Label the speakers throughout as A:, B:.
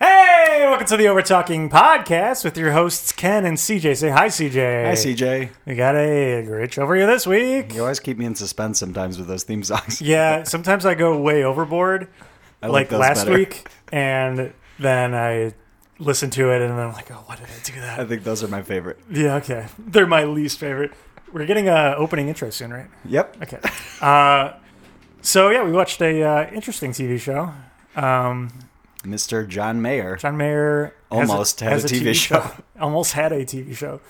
A: Hey, welcome to the Over Talking Podcast with your hosts Ken and CJ. Say hi, CJ.
B: Hi, CJ.
A: We got a rich over you this week.
B: You always keep me in suspense sometimes with those theme songs.
A: Yeah, sometimes I go way overboard, like,
B: like those
A: last
B: better.
A: week, and then I listen to it, and then I'm like, oh, why did I do
B: I
A: that?
B: think those are my favorite.
A: Yeah, okay. They're my least favorite. We're getting a opening intro soon, right?
B: Yep.
A: Okay. Uh, so yeah, we watched a uh, interesting TV show. Um,
B: Mr. John Mayer.
A: John Mayer has
B: Almost had
A: has
B: a TV show.
A: Almost had a TV show.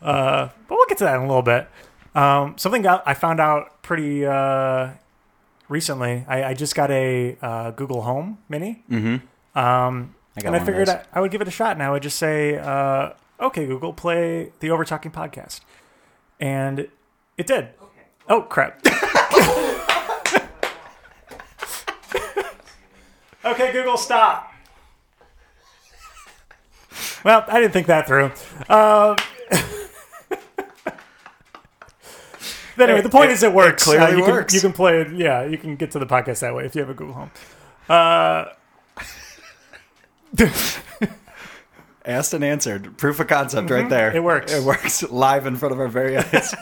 A: Uh, but we'll get to that in a little bit. Um, something that I found out pretty uh, recently. I, I just got a uh, Google Home Mini,
B: Mm-hmm.
A: um,
B: I
A: and
B: got one
A: I
B: of
A: figured
B: those.
A: I, I would give it a shot. And I would just say, uh, "Okay, Google, play the Over Talking podcast," and it did. Oh crap! okay, Google, stop. Well, I didn't think that through. Um, but anyway, the point
B: It-
A: is it works. Uh,
B: it clearly
A: you can-
B: works.
A: you can play it. Yeah, you can get to the podcast that way if you have a Google Home. Uh,
B: Asked and answered. Proof of concept right there.
A: Mm-hmm. It works.
B: It works live in front of our very eyes.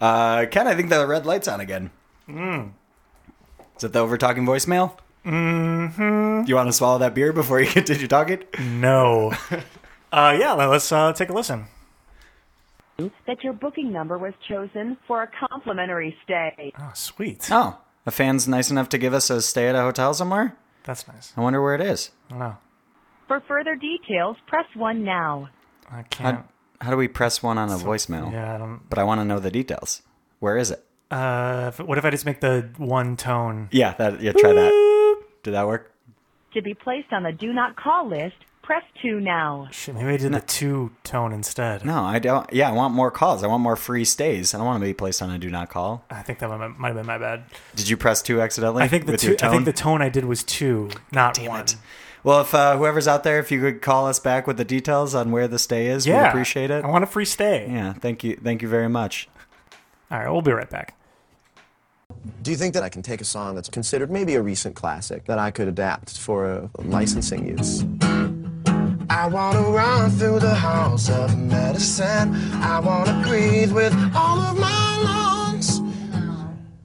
B: uh, Ken, I think the red light's on again.
A: Mm.
B: Is it the over talking voicemail? Mm-hmm. Do you want to swallow that beer before you continue talking?
A: no. Uh, yeah, let- let's uh, take a listen.
C: that your booking number was chosen for a complimentary stay.
A: Oh, sweet.
B: Oh, a fan's nice enough to give us a stay at a hotel somewhere?
A: That's nice.
B: I wonder where it is.
A: I don't know.
C: For further details, press 1 now.
A: I
B: How,
A: can't.
B: how do we press one on a voicemail?
A: yeah, I don't.
B: But I want to know the details. Where is it?
A: Uh, if- what if I just make the one tone?
B: Yeah, that yeah, try that. Did that work?
C: To be placed on the do not call list, press 2 now.
A: Shit, maybe I did the two tone instead.
B: No, I don't. Yeah, I want more calls. I want more free stays. I don't want to be placed on a do not call.
A: I think that might, might have been my bad.
B: Did you press two accidentally?
A: I think the
B: with
A: two,
B: your
A: I
B: tone?
A: think the tone I did was two, not one.
B: Damn it. Well, if uh, whoever's out there, if you could call us back with the details on where the stay is,
A: Yeah,
B: we appreciate it.
A: I want a free stay.
B: yeah, thank you, thank you very much.
A: All right, we'll be right back.
D: Do you think that I can take a song that's considered maybe a recent classic that I could adapt for a licensing use?
E: I wanna run through the halls of medicine. I wanna breathe with all of my lungs.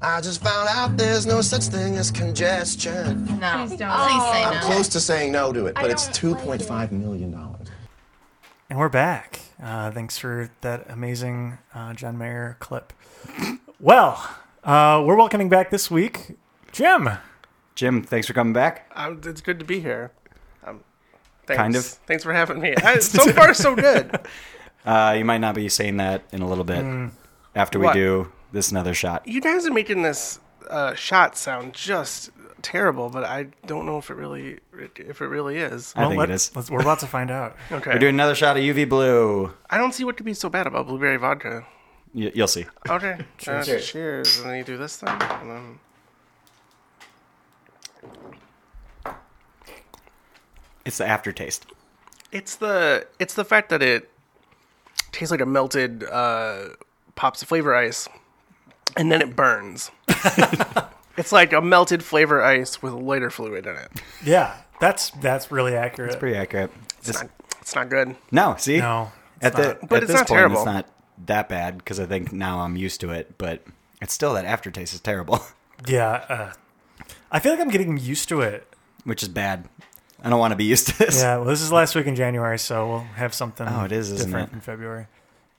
E: I just found out there's no such thing as congestion.
F: No. Please don't. Oh. Please say
E: I'm close to saying no to it, but it's two point five million dollars.
A: And we're back. Uh, thanks for that amazing uh, John Mayer clip. well, uh, we're welcoming back this week Jim.
B: Jim, thanks for coming back.
G: Um, it's good to be here. Um, thanks.
B: Kind of.
G: Thanks for having me. I, so far, so good.
B: Uh, you might not be saying that in a little bit
A: Mm.
B: after we
G: What?
B: do this another shot.
G: You guys are making this uh, shot sound just terrible, but I don't know if it really if it really is.
B: I think
A: let,
B: it is.
A: Let's, we're about to find out.
G: Okay.
B: We're doing another shot of UV blue.
G: I don't see what could be so bad about blueberry vodka.
B: Y- you'll see.
G: Okay. cheers. Uh, cheers. And then you do this thing. And then...
B: It's the aftertaste.
G: It's the it's the fact that it tastes like a melted uh, pops of flavor ice, and then it burns. it's like a melted flavor ice with lighter fluid in it.
A: Yeah, that's that's really accurate.
B: Pretty accurate. This-
G: It's not, it's not good.
B: no, see,
A: no,
B: at the
G: But
B: at
G: it's
B: this
G: not
B: point,
G: terrible.
B: it's not that bad because I think now I'm used to it. But it's still that aftertaste is terrible,
A: yeah. Uh, I feel like I'm getting used to it.
B: which is bad. I don't want to be used to this.
A: Yeah, well, this is last week in January, so we'll have something.
B: Oh, it is, isn't
A: different
B: it?
A: in February.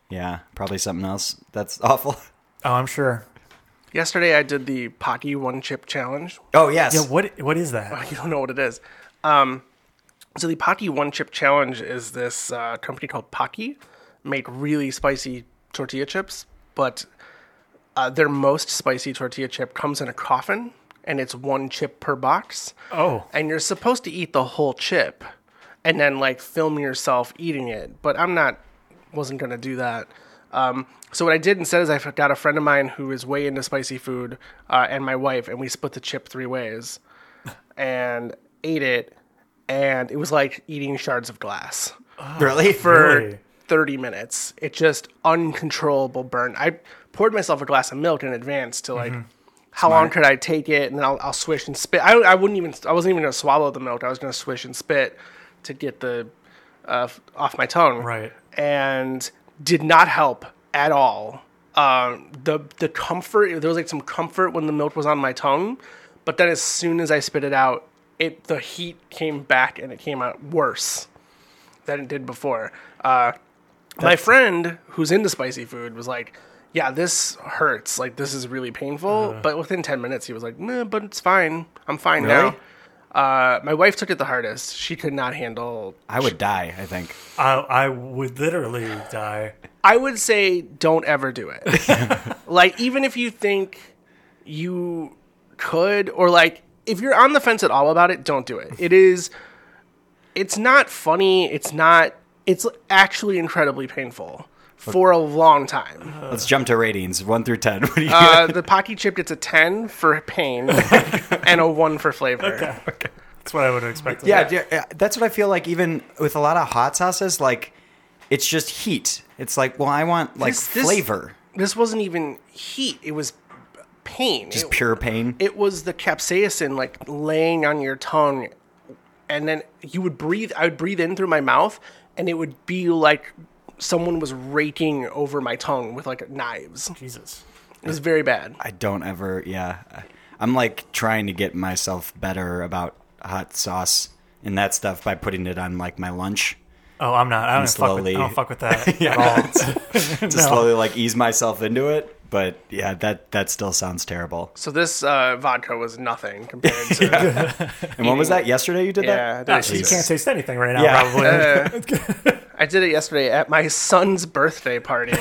B: Yeah, probably something else. That's awful.
A: Oh, I'm sure.
G: Yesterday I did the Pocky One Chip Challenge.
B: Oh yes,
A: Yeah, what what is that?
G: You don't know what it is. Um, so the Pocky One Chip Challenge is this uh, company called Pocky make really spicy tortilla chips, but uh, their most spicy tortilla chip comes in a coffin, and it's one chip per box.
A: Oh,
G: and you're supposed to eat the whole chip and then like film yourself eating it but i'm not wasn't gonna do that um, so what i did instead is i got a friend of mine who is way into spicy food uh, and my wife and we split the chip three ways and ate it and it was like eating shards of glass
B: really?
G: for
A: Really?
G: 30 minutes. It just uncontrollable burn. I poured myself a glass of milk in advance to like how long could I take it, and then I'll, I'll swish and spit. I, I wouldn't even. I wasn't even gonna swallow the milk. I was gonna swish and spit to get the uh, f- off my tongue.
A: Right.
G: And did not help at all. Um, the the comfort there was like some comfort when the milk was on my tongue, but then as soon as I spit it out, it the heat came back and it came out worse than it did before. Uh, my friend who's into spicy food was like, "Yeah, this hurts. Like this is really painful." but within ten minutes, he was like, "Nah, but it's fine. I'm fine
B: Really?
G: now." Uh, my wife took it the hardest. She could not handle.
B: I would die, I think.
A: I, I would literally die.
G: I would say don't ever do it. like even if you think you could, or like if you're on the fence at all about it, don't do it. It is. It's not funny. It's not. It's actually incredibly painful for a long time.
B: Let's jump to ratings. One through ten. What do you
G: Uh, the Pocky Chip gets a 10 for pain and a 1 for flavor.
A: That's what I would expect.
B: yeah, yeah, yeah, that's what I feel like. Even with a lot of hot sauces, like it's just heat. It's like, well, I want like
G: This- this-
B: flavor,
G: This wasn't even heat, it was pain.
B: just
G: it,
B: pure pain.
G: it was the capsaicin like laying on your tongue. And then you would breathe, I would breathe in through my mouth, and it would be like someone was raking over my tongue with like knives.
A: Jesus.
G: It was very bad.
B: I don't ever. Yeah, I- I'm like trying to get myself better about hot sauce and that stuff by putting it on like my lunch.
A: Oh, I'm not. I don't, even fuck with, I
B: slowly-
A: don't fuck with that
B: Yeah,
A: at all.
B: to slowly like ease myself into it. But yeah, that that still sounds terrible.
G: So this uh, vodka was nothing compared to.
B: And when was that? Yesterday you did
G: Yeah,
B: that?
G: I did it
A: So you
B: Jesus.
A: can't taste anything right now,
B: Yeah.
A: probably.
G: I did it yesterday at my son's birthday party.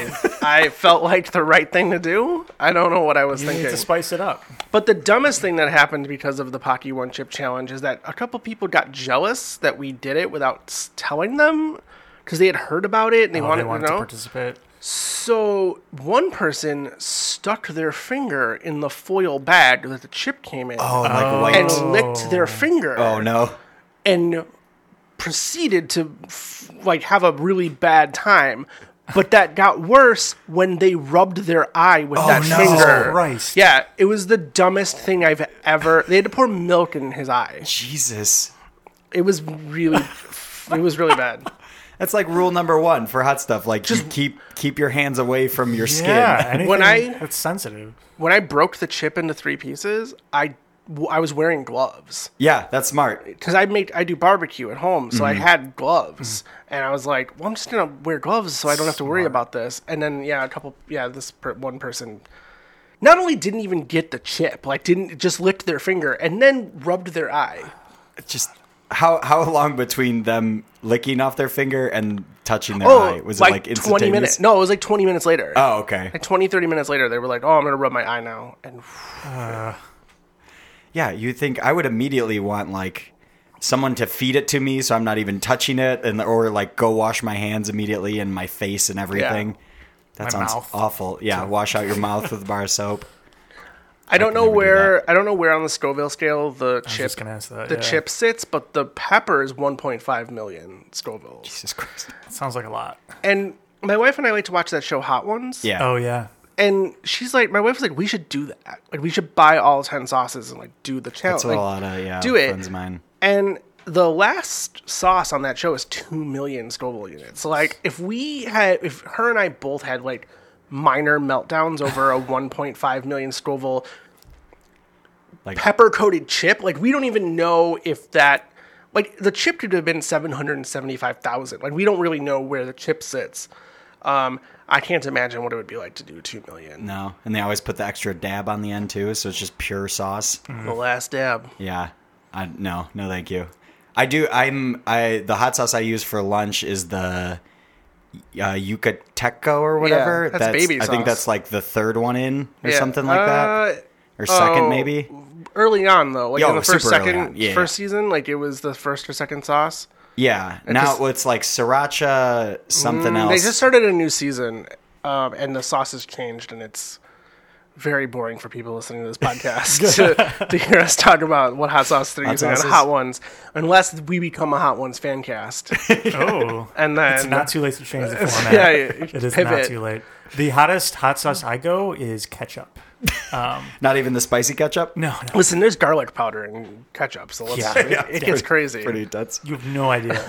G: I felt like the right thing to do. I don't know what I was
A: you need
G: thinking.
A: to spice it up.
G: but the dumbest thing that happened because of the Pocky One Chip Challenge is that a couple people got jealous that we did it without s- telling them because they had heard about it and they
A: Oh,
G: wanted,
A: they wanted
G: to
A: to
G: know.
A: participate.
G: so one person stuck their finger in the foil bag that the chip came in
B: Oh, like white.
G: and licked their finger
B: oh no.
G: and proceeded to f- like have a really bad time. But that got worse when they rubbed their eye with that
B: no.
G: finger.
A: Christ.
G: Yeah, it was the dumbest thing I've ever. They had to pour milk in his eye.
B: Jesus.
G: It was really, it was really bad.
B: That's like rule number one for hot stuff. Like just keep keep your hands away from your skin.
A: Yeah, anything
G: When I-
A: that's sensitive.
G: When I broke the chip into three pieces, I w- I was wearing gloves.
B: Yeah, that's smart.
G: because I make I do barbecue at home, so
B: Mm-hmm.
G: I had gloves, and I was like, "Well, I'm just gonna wear gloves, so I don't have to worry about this." And then yeah, a couple yeah, this per, one person not only didn't even get the chip, like didn't just licked their finger and then rubbed their eye.
B: Just how how long between them licking off their finger and touching their eye? Was it like instantaneous?
G: Oh, twenty minutes? No, it was like twenty minutes later.
B: Oh, okay.
G: Like 20, 30 minutes later, they were like, "Oh, I'm gonna rub my eye now," and
B: Yeah, you think I would immediately want like someone to feed it to me so I'm not even touching it and or like go wash my hands immediately and my face and everything. That sounds
A: mouth.
B: awful. Yeah, wash out your mouth with a bar of soap.
G: I don't know
B: never do
G: where I don't know where on the Scoville scale the chip
A: just gonna ask that,
G: the
A: yeah.
G: chip sits, but the pepper is 1.5 million Scovilles.
B: Jesus Christ.
A: Sounds like a lot.
G: And my wife and I like to watch that show Hot Ones.
B: Yeah.
A: Oh yeah.
G: And she's like, my wife was like, we should do that. Like, we should buy all 10 sauces and like do the challenge.
B: That's what a lot of yeah,
G: do it.
B: friends of mine.
G: And the last sauce on that show is 2 million Scoville units. So, like, if we had, if her and I both had like minor meltdowns over a 1.5 million Scoville
B: Like-
G: pepper coated chip, like, we don't even know if that. Like the chip could have been seven hundred and seventy-five thousand. Like we don't really know where the chip sits. Um, I can't imagine what it would be like to do two million.
B: No. And they always put the extra dab on the end too, so it's just pure sauce.
G: The last dab.
B: Yeah. I no, no thank you. I do I'm I the hot sauce I use for lunch is the uh, Yucateco or whatever.
G: that's baby
B: I think
G: sauce.
B: that's like the third one in or
G: Yeah.
B: something like that.
G: Uh,
B: Or second
G: oh,
B: maybe.
G: Early on though, like
B: Yeah,
G: in the
B: oh,
G: first,
B: super early
G: second,
B: on. Yeah,
G: first
B: yeah.
G: season, like it was the first or second sauce.
B: Yeah. Now
G: just- Mm,
B: it's like sriracha something else.
G: They just started a new season, um, and the sauce has changed, and it's very boring for people listening to this podcast to, to hear us talk about what hot sauce they're using on
B: sauces.
G: hot ones, unless we become a hot ones fan cast,
A: Oh,
G: and then
A: it's not too late to change the format.
G: yeah,
A: it is not
G: pivot.
A: too late. The hottest hot sauce I go is ketchup.
B: Not even the spicy ketchup.
A: No, no,
G: Listen, there's garlic powder and ketchup, so let's,
A: Yeah.
G: it,
A: Yeah.
G: it gets crazy.
B: Pretty nuts.
A: you have no idea.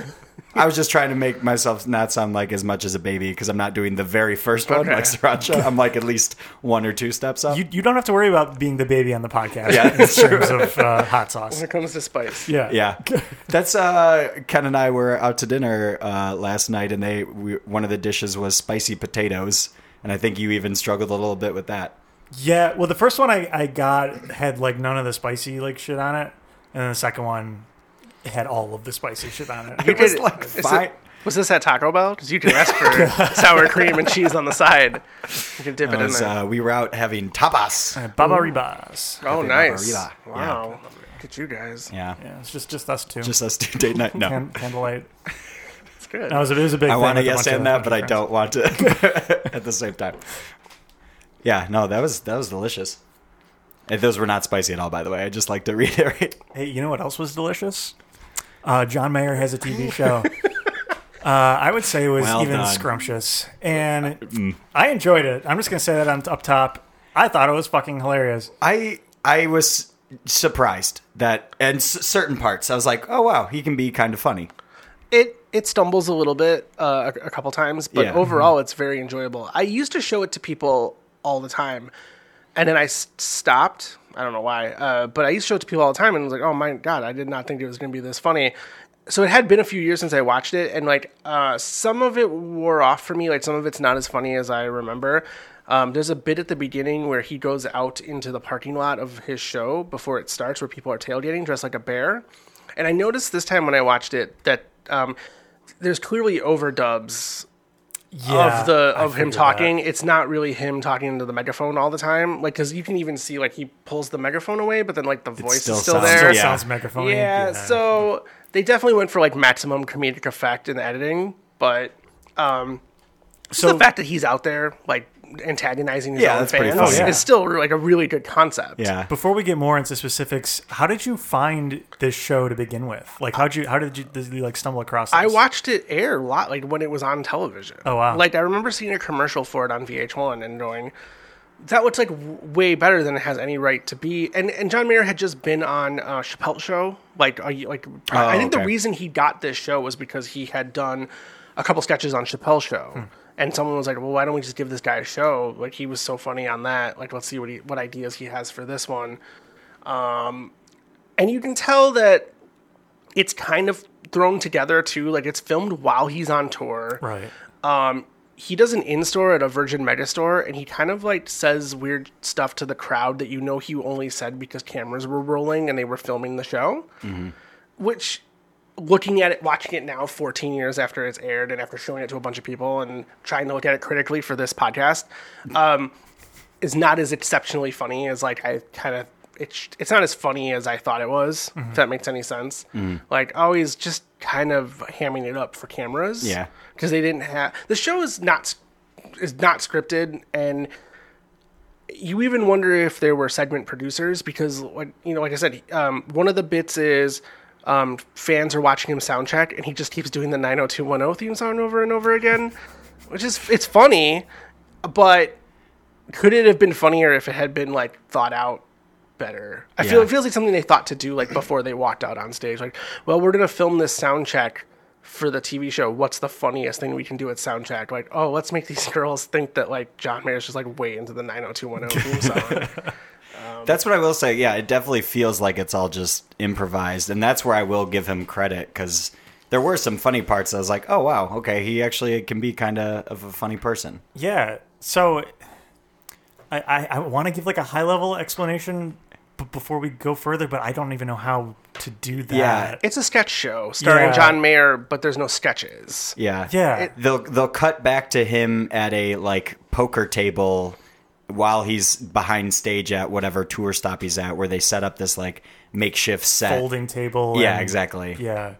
B: I was just trying to make myself not sound like as much as a baby because I'm not doing the very first one
G: Okay.
B: like sriracha. I'm like at least one or two steps up.
A: You, you don't have to worry about being the baby on the podcast
B: Yeah,
A: in terms of uh, hot sauce.
G: When it comes to spice,
A: Yeah.
B: Yeah, that's uh, Ken and I were out to dinner uh, last night, and they we, one of the dishes was spicy potatoes, and I think you even struggled a little bit with that.
A: Yeah, well, the first one I, I got had like none of the spicy like shit on it, and then the second one had all of the spicy shit on it.
G: You
B: was
G: did-
B: like
G: is it-
B: fine.
G: was this at Taco Bell? Because you can ask for sour cream and cheese on the side. You can dip it Uh, in
B: Because,
G: there.
B: uh, we were out having tapas.
A: Baba Ribas.
G: oh, nice!
B: margarita. Yeah.
G: Wow, look at you guys.
B: Yeah,
A: Yeah, it's just just us two.
B: just us two date night. No,
A: Hand- candlelight.
G: It's good.
B: Uh,
A: That was a, it was a big.
B: I want to
A: to
B: yes and that, but I don't want to at the same time. Yeah, no, that was that was delicious. And those were not spicy at all, by the way. I just like to reiterate.
A: Hey, you know what else was delicious? Uh, John Mayer has a TV show. Uh, I would say it was
B: Well
A: even
B: done. mm.
A: scrumptious, and I enjoyed it. I'm just gonna say that on up top. I thought it was fucking hilarious.
B: I I was surprised that, and s- certain parts, I was like, oh wow, he can be kind of funny.
G: it it stumbles a little bit uh, a, a couple times, but
B: Yeah. Mm-hmm.
G: overall it's very enjoyable. I used to show it to people all the time, and then I s- stopped. I don't know why, uh, but I used to show it to people all the time, and was like, oh my god, I did not think it was going to be this funny. So it had been a few years since I watched it, and like uh, some of it wore off for me. Like some of it's not as funny as I remember. Um, there's a bit at the beginning where he goes out into the parking lot of his show before it starts, where people are tailgating dressed like a bear. And I noticed this time when I watched it that um, there's clearly overdubs
A: Yeah,
G: of the
A: I
G: of him
A: figured that.
G: talking. It's not really him talking into the megaphone all the time, like because you can even see like he pulls the megaphone away, but then like the voice
B: still
G: is still
B: sounds-
G: there.
A: It
B: yeah.
A: sounds megaphone.
G: Yeah, so they definitely went for like maximum comedic effect in the editing, but um, just
A: So-
G: the fact that he's out there like antagonizing his
B: Yeah,
G: own
B: that's pretty
G: fans
B: funny.
A: Oh, yeah.
G: is still like a really good concept.
B: Yeah,
A: Before we get more into specifics, how did you find this show to begin with? Like, how did you how did you, did you like stumble across? This?
G: I watched it air a lot, like when it was on television.
A: Oh, wow.
G: Like I remember seeing a commercial for it on VH1 and going, "That looks like w- way better than it has any right to be." And and John Mayer had just been on uh, Chappelle show. Like are you, like
A: Oh,
G: I think
B: okay.
G: the reason he got this show was because he had done a couple sketches on Chappelle show.
A: Hmm.
G: And someone was like, "Well, why don't we just give this guy a show? Like he was so funny on that. Like let's see what he, what ideas he has for this one." and you can tell that it's kind of thrown together too. Like it's filmed while he's on tour.
A: Right.
G: He does an in store at a Virgin Megastore, and he kind of like says weird stuff to the crowd that you know he only said because cameras were rolling and they were filming the show. Which, looking at it, watching it now, fourteen years after it's aired, and after showing it to a bunch of people and trying to look at it critically for this podcast, um, is not as exceptionally funny as like I kind of it's it's not as funny as I thought it was. If that makes any sense, like always just kind of hamming it up for cameras.
B: Yeah.
G: because they didn't have the show is not s- is not scripted and. You even wonder if there were segment producers because, like you know, like I said, um, one of the bits is um, fans are watching him soundcheck, and he just keeps doing the 90210 theme song over and over again, which is it's funny, but could it have been funnier if it had been like thought out better? I feel
B: Yeah.
G: it feels like something they thought to do like before they walked out on stage. Like, well, we're gonna film this sound check for the TV show. What's the funniest thing we can do at sound check? Like, oh, let's make these girls think that like John Mayer's just like way into the 90210 theme song.
B: that's what I will say. Yeah, it definitely feels like it's all just improvised, and that's where I will give him credit because there were some funny parts. That I was like, oh wow, okay, he actually can be kind of of a funny person.
A: Yeah. So I, I, I want to give like a high level explanation b- before we go further, but I don't even know how to do that.
G: it's a sketch show starring
A: Yeah.
G: John Mayer, but there's no sketches.
B: Yeah,
A: Yeah.
B: They'll they'll cut back to him at a like poker table while he's behind stage at whatever tour stop he's at, where they set up this like makeshift set.
A: folding table.
B: Yeah,
A: and-
B: exactly.
A: Yeah.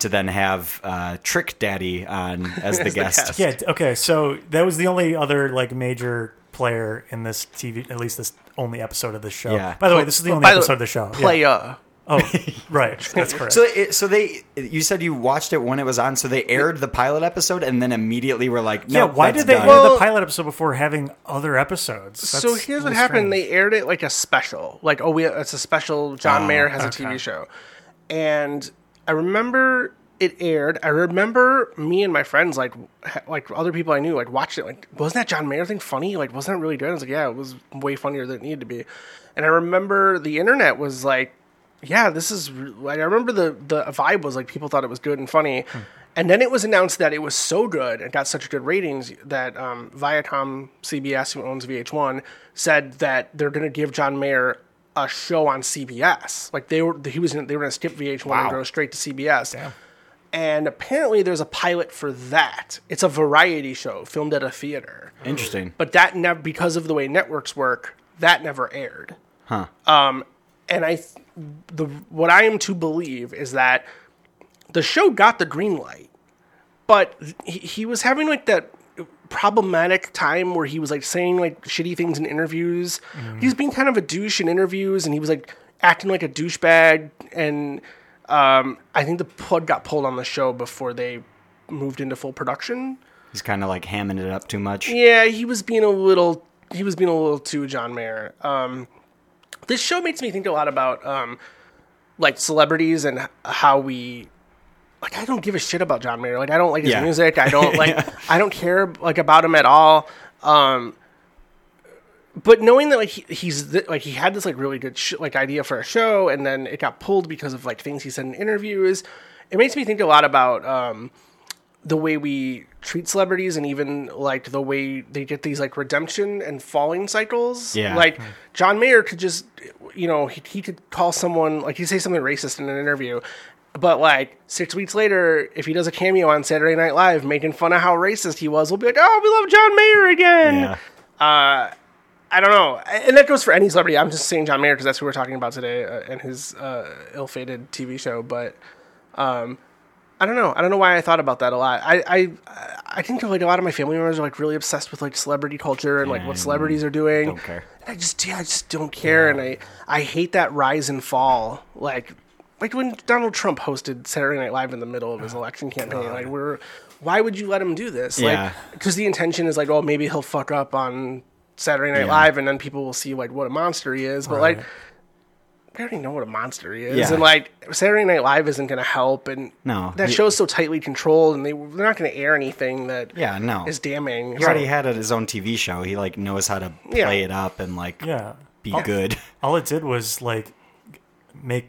B: To then have uh, Trick Daddy on as the guest.
A: Yeah. t- Okay. So that was the only other like major player in this TV, at least this only episode of this show.
B: Yeah.
A: By the way, this is the only
G: By the-
A: episode of the show. Yeah.
G: Playa.
A: Oh, right. That's correct.
B: So, it, so they, you said you watched it when it was on. So they aired the pilot episode and then immediately were like,
A: yeah,
B: "No,
A: why
B: that's
A: did they
B: done.
A: air the
G: Well-
A: pilot episode before having other episodes?
G: so
A: That's
G: here's what
A: really
G: happened.
A: strange. Ah,
G: They aired it like a special. Like, oh, we it's a special. John Mayer has a TV show, and I remember it aired. I remember me and my friends, like ha- like other people I knew, like watched it. Like, wasn't that John Mayer thing funny? Like, wasn't that really good? I was like, yeah, it was way funnier than it needed to be. And I remember the internet was like, yeah, this is. re- Like, I remember the the vibe was like people thought it was good and funny. And then it was announced that it was so good and got such good ratings that um, Viacom CBS, who owns VH1, said that they're going to give John Mayer a show on CBS. Like they were, he was, in, they were going to skip VH1 and go straight to CBS. And apparently, there's a pilot for that. It's a variety show filmed at a theater.
B: Interesting.
G: But that never, because of the way networks work, that never aired. Huh. Um, and I, th- the what I am to believe is that the show got the green light, but he, he was having like that problematic time where he was like saying like shitty things in interviews. He was being kind of a douche in interviews, and he was like acting like a douchebag. And um, I think the plug got pulled on the show before they moved into full production.
B: He's kind of like hamming it up too much.
G: Yeah, he was being a little he was being a little too John Mayer. Um, this show makes me think a lot about um, like celebrities and h- how we like I don't give a shit about John Mayer. Like I don't like his
B: Yeah.
G: music. I don't like I don't care like about him at all. Um, but knowing that like he, he's th- like he had this like really good sh- like idea for a show and then it got pulled because of like things he said in interviews, it makes me think a lot about um, the way we treat celebrities and even like the way they get these like redemption and falling cycles.
B: Yeah.
G: Like John Mayer could just, you know, he, he could call someone, like he'd say something racist in an interview. But like six weeks later, if he does a cameo on Saturday Night Live making fun of how racist he was, we'll be like, oh, we love John Mayer again.
B: Yeah.
G: I don't know, and that goes for any celebrity. I'm just saying John Mayer because that's who we're talking about today uh, and his uh, ill-fated TV show. But um, I don't know. I don't know why I thought about that a lot. I I I think like a lot of my family members are like really obsessed with like celebrity culture and like what celebrities are
B: Mm.
G: doing.
B: don't care.
G: And I just yeah, I just don't care, and I I hate that rise and fall like. Like when Donald Trump hosted Saturday Night Live in the middle of his election campaign, like we're, why would you let him do this?
B: Yeah.
G: Like, because the intention is like, oh, maybe he'll fuck up on Saturday Night Live, and then people will see like what a monster he is. But like, we already know what a monster he is,
B: Yeah.
G: and like Saturday Night Live isn't going to help. And
B: No.
G: that
B: He-
G: show's so tightly controlled, and they they're not going to air anything that
B: Yeah, no.
G: is damning.
B: He already had it his own TV show. He like knows how to
G: Yeah.
B: play it up and like
A: yeah.
B: be
A: all,
B: good.
A: All it did was like make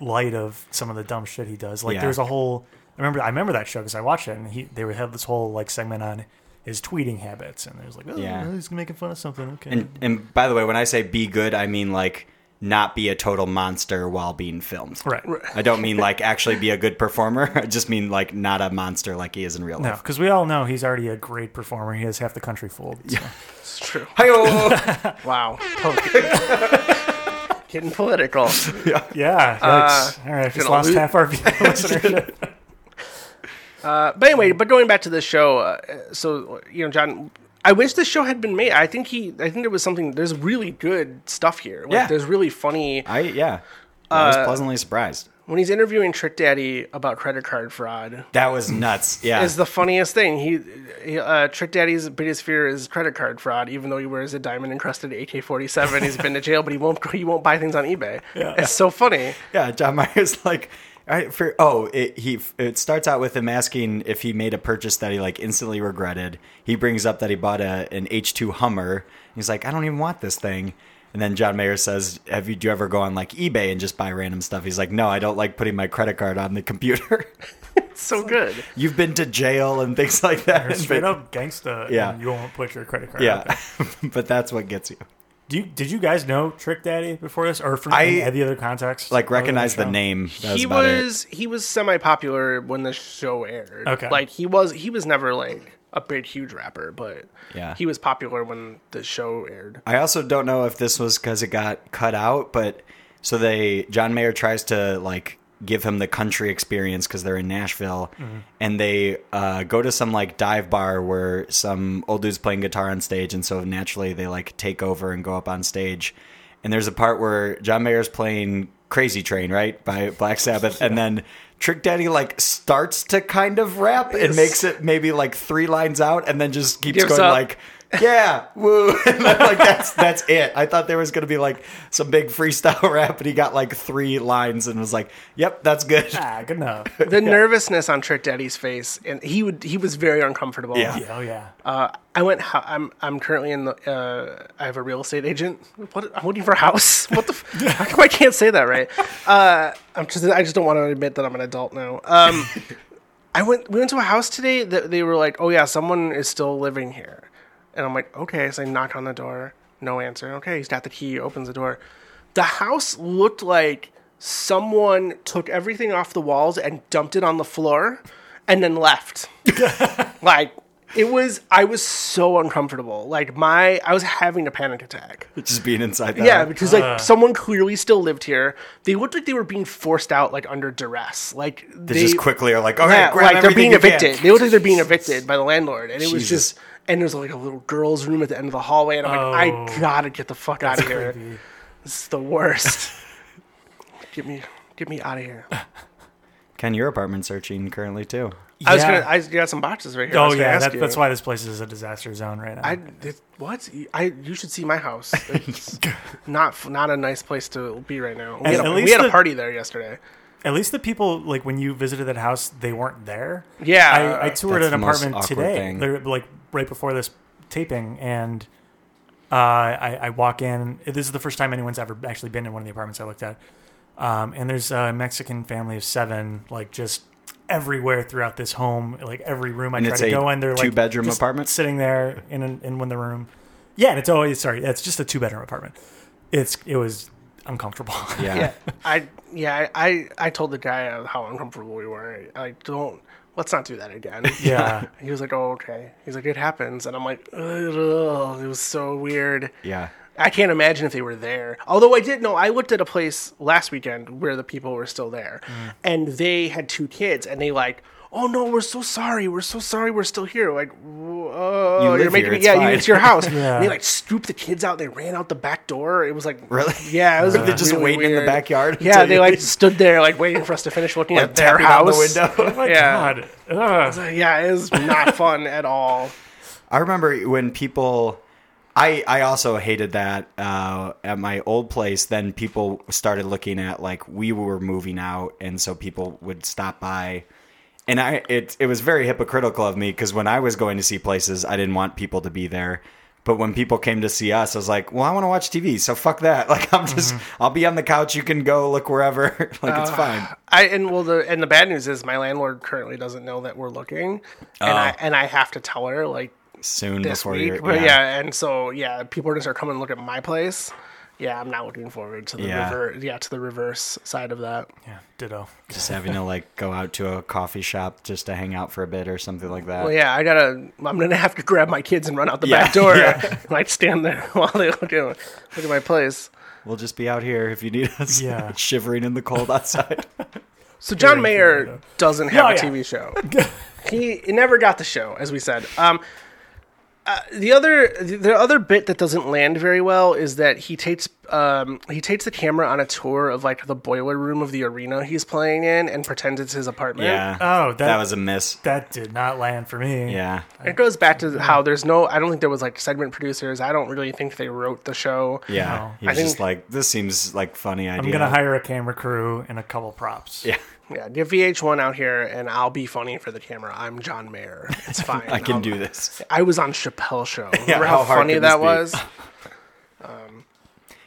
A: light of some of the dumb shit he does. Like
B: Yeah.
A: there's a whole. I remember. I remember that show because I watched it, and he they would have this whole like segment on his tweeting habits, and it was like, oh,
B: Yeah.
A: he's making fun of something. Okay.
B: And and by the way, when I say be good, I mean like not be a total monster while being filmed.
A: right.
B: I don't mean like actually be a good performer. I just mean like not a monster like he is in real
A: No,
B: life.
A: because we all know he's already a great performer. He has half the country fooled. so.
G: It's true.
B: Hi-yo!
G: Wow, getting political.
A: Yeah. yikes. all right. Just
G: Uh, gonna
A: lost
G: lose-
A: half our view- listenership.
G: But anyway, but going back to this show, uh, so you know, John, I wish this show had been made. I think he, I think there was something. There's really good stuff here. Like,
B: Yeah.
G: there's really funny
B: I yeah. I
G: Uh,
B: was pleasantly surprised.
G: when he's interviewing Trick Daddy about credit card fraud.
B: That was nuts. Yeah.
G: Is the funniest thing. He, he uh, Trick Daddy's biggest fear is credit card fraud. Even though he wears a diamond encrusted AK forty seven, he's been to jail, but he won't. He won't buy things on eBay. It's so funny.
B: Yeah, John Meyer's like, I, for, oh, it, he. It starts out with him asking if he made a purchase that he like instantly regretted. He brings up that he bought a an H two Hummer. He's like, I don't even want this thing. And then John Mayer says, "Have you do you ever go on like eBay and just buy random stuff?" He's like, "No, I don't like putting my credit card on the computer.
G: It's so good.
B: You've been to jail and things like that."
A: Straight
B: But-
A: up gangsta.
B: Yeah.
A: and You won't put your credit card. out there.
B: Yeah, but that's what gets you.
A: Do you, did you guys know Trick Daddy before this, or from
B: I-
A: any of the other contexts?
B: Like
A: other than
B: recognize the
A: show?
B: name. That was
G: he
B: about it.
G: was he was semi popular when the show aired.
A: Okay.
G: like he was he was never like a big huge rapper, but
B: Yeah.
G: he was popular when the show aired.
B: I also don't know if this was because it got cut out, but so they John Mayer tries to like give him the country experience because they're in Nashville,
G: Mm-hmm.
B: and they uh, go to some like dive bar where some old dude's playing guitar on stage, and so naturally they like take over and go up on stage. And there's a part where John Mayer's playing Crazy Train, right, by Black Sabbath, and then Trick Daddy like starts to kind of rap and makes it maybe like three lines out, and then just keeps
G: Gives
B: going
G: up.
B: like. Yeah, woo! And I'm like that's that's it. I thought there was gonna be like some big freestyle rap, and he got like three lines and was like, "Yep, that's good."
A: Ah, good enough.
G: The nervousness on Trick Daddy's face, and he would he was very uncomfortable.
B: Yeah.
A: Yeah, oh yeah.
G: Uh, I went. ho- I'm I'm currently in the. Uh, I have a real estate agent. What? I'm looking for a house. What the? F- how come I can't say that right? Uh, I'm just. I just don't want to admit that I'm an adult now. Um, I went. We went to a house today that they were like, "Oh yeah, someone is still living here," and I'm like, "Okay." So I knock on the door. No answer. Okay, he's got the key. Opens the door. The house looked like someone took everything off the walls and dumped it on the floor, and then left. Like it was, I was so uncomfortable. Like my, I was having a panic attack.
B: Just being inside. That
G: Yeah, because like
A: Uh.
G: someone clearly still lived here. They looked like they were being forced out, like under duress. Like
B: they,
G: they
B: just quickly are like, "All right,
G: yeah,
B: grab
G: like they're being
B: everything you
G: evicted.
B: can."
G: They looked like they're being evicted by the landlord, and it was
B: Jesus.
G: just. And there's like a little girl's room at the end of the hallway, and I'm like,
A: Oh.
G: I gotta get the fuck out of here. This is the worst. get me, get me out of here.
B: Ken, you're apartment searching currently too.
G: I was
A: Yeah.
G: gonna, I got some boxes right here. I
A: Oh
G: was gonna
A: yeah,
G: ask
A: that,
G: you.
A: that's why this place is a disaster zone right now.
G: I it, what I you should see my house. It's not f- not a nice place to be right now. We,
A: At-
G: had
A: at
G: a, we
A: least
G: had a
A: the-
G: party there yesterday.
A: At least the people like when you visited that house, they weren't there.
G: Yeah.
A: I, I toured
B: That's
A: an
B: the most
A: apartment
B: awkward
A: today,
B: thing.
A: they're, like right before this taping, and uh, I, I walk in. This is the first time anyone's ever actually been in one of the apartments I looked at. Um, and there's a Mexican family of seven, like just everywhere throughout this home, like every room I
B: And
A: try
B: it's
A: to
B: a
A: go in. They're like
B: two-bedroom
A: just
B: apartment?
A: sitting there in an, in one of the room. Yeah, and it's always sorry, it's just a two bedroom apartment. It's it was uncomfortable.
B: Yeah.
G: I yeah I, I I told the guy how uncomfortable we were. I, I don't let's not do that again.
A: yeah.
G: He was like, oh okay. He's like, it happens, and I'm like, Ugh, it was so weird.
B: yeah.
G: I can't imagine if they were there. Although I did know I looked at a place last weekend where the people were still there,
B: Mm.
G: and they had two kids, and they like, oh no, we're so sorry, we're so sorry, we're still here. Like, oh,
B: You live
G: are making
B: here,
G: me,
B: it's
G: yeah,
B: fine.
G: you, it's your house.
A: Yeah.
G: And they like scooped the kids out. They ran out the back door. It was like
B: Really?
G: yeah, it was
B: They're just
G: really
B: waiting in the
G: weird.
B: backyard
G: Yeah,
B: until
G: they
B: you
G: like
B: leave.
G: stood there like waiting for us to finish looking at their
B: Tapping on the
G: house.
B: window.
A: Oh My
G: Yeah.
A: God. Ugh.
G: yeah, it was not fun at all.
B: I remember when people. I, I also hated that uh, at my old place. Then people started looking at like we were moving out, and so people would stop by, and I it it was very hypocritical of me because when I was going to see places, I didn't want people to be there, but when people came to see us, I was like, well, I want to watch TV, so fuck that. Like I'm just
G: Mm-hmm.
B: I'll be on the couch. You can go look wherever. like
G: Uh,
B: it's fine.
G: I and well the and the bad news is my landlord currently doesn't know that we're looking, and I and I have to tell her like
B: Soon
G: this
B: Oh. before
G: week.
B: you're
G: But yeah. and so yeah, people are gonna start coming to look at my place. Yeah, I'm not looking forward to the
B: Yeah.
G: rever- yeah to the reverse side of that.
A: Yeah, ditto.
B: just having to like go out to a coffee shop just to hang out for a bit or something like that.
G: Well, yeah, I gotta. I'm gonna have to grab my kids and run out the back door. Like stand there while they look at look at my place.
B: We'll just be out here if you need us.
A: Yeah.
B: Shivering in the cold outside.
G: So John Mayer doesn't have
A: Oh,
G: a
A: yeah.
G: TV show. he, he never got the show, as we said. Um, uh, the other the- the other bit that doesn't land very well is that he takes um, he takes the camera on a tour of like the boiler room of the arena he's playing in and pretends it's his apartment.
B: yeah.
A: Oh, that-
B: that, was a miss.
A: That did not land for me.
B: Yeah.
G: It goes back to how there's no I don't think there was like segment producers. I don't really think they wrote the show.
B: Yeah. He
G: I
B: was just
G: think-
B: like, this seems like funny idea.
A: I'm gonna hire a camera crew and a couple props.
B: Yeah.
G: Yeah, get VH1 out here and I'll be funny for the camera. I'm John Mayer. It's fine.
B: I can
G: I'll-
B: do this.
G: I was on Chappelle show. Remember
B: how
G: how,
B: hard
G: funny
B: could
G: that
B: this be?
G: was?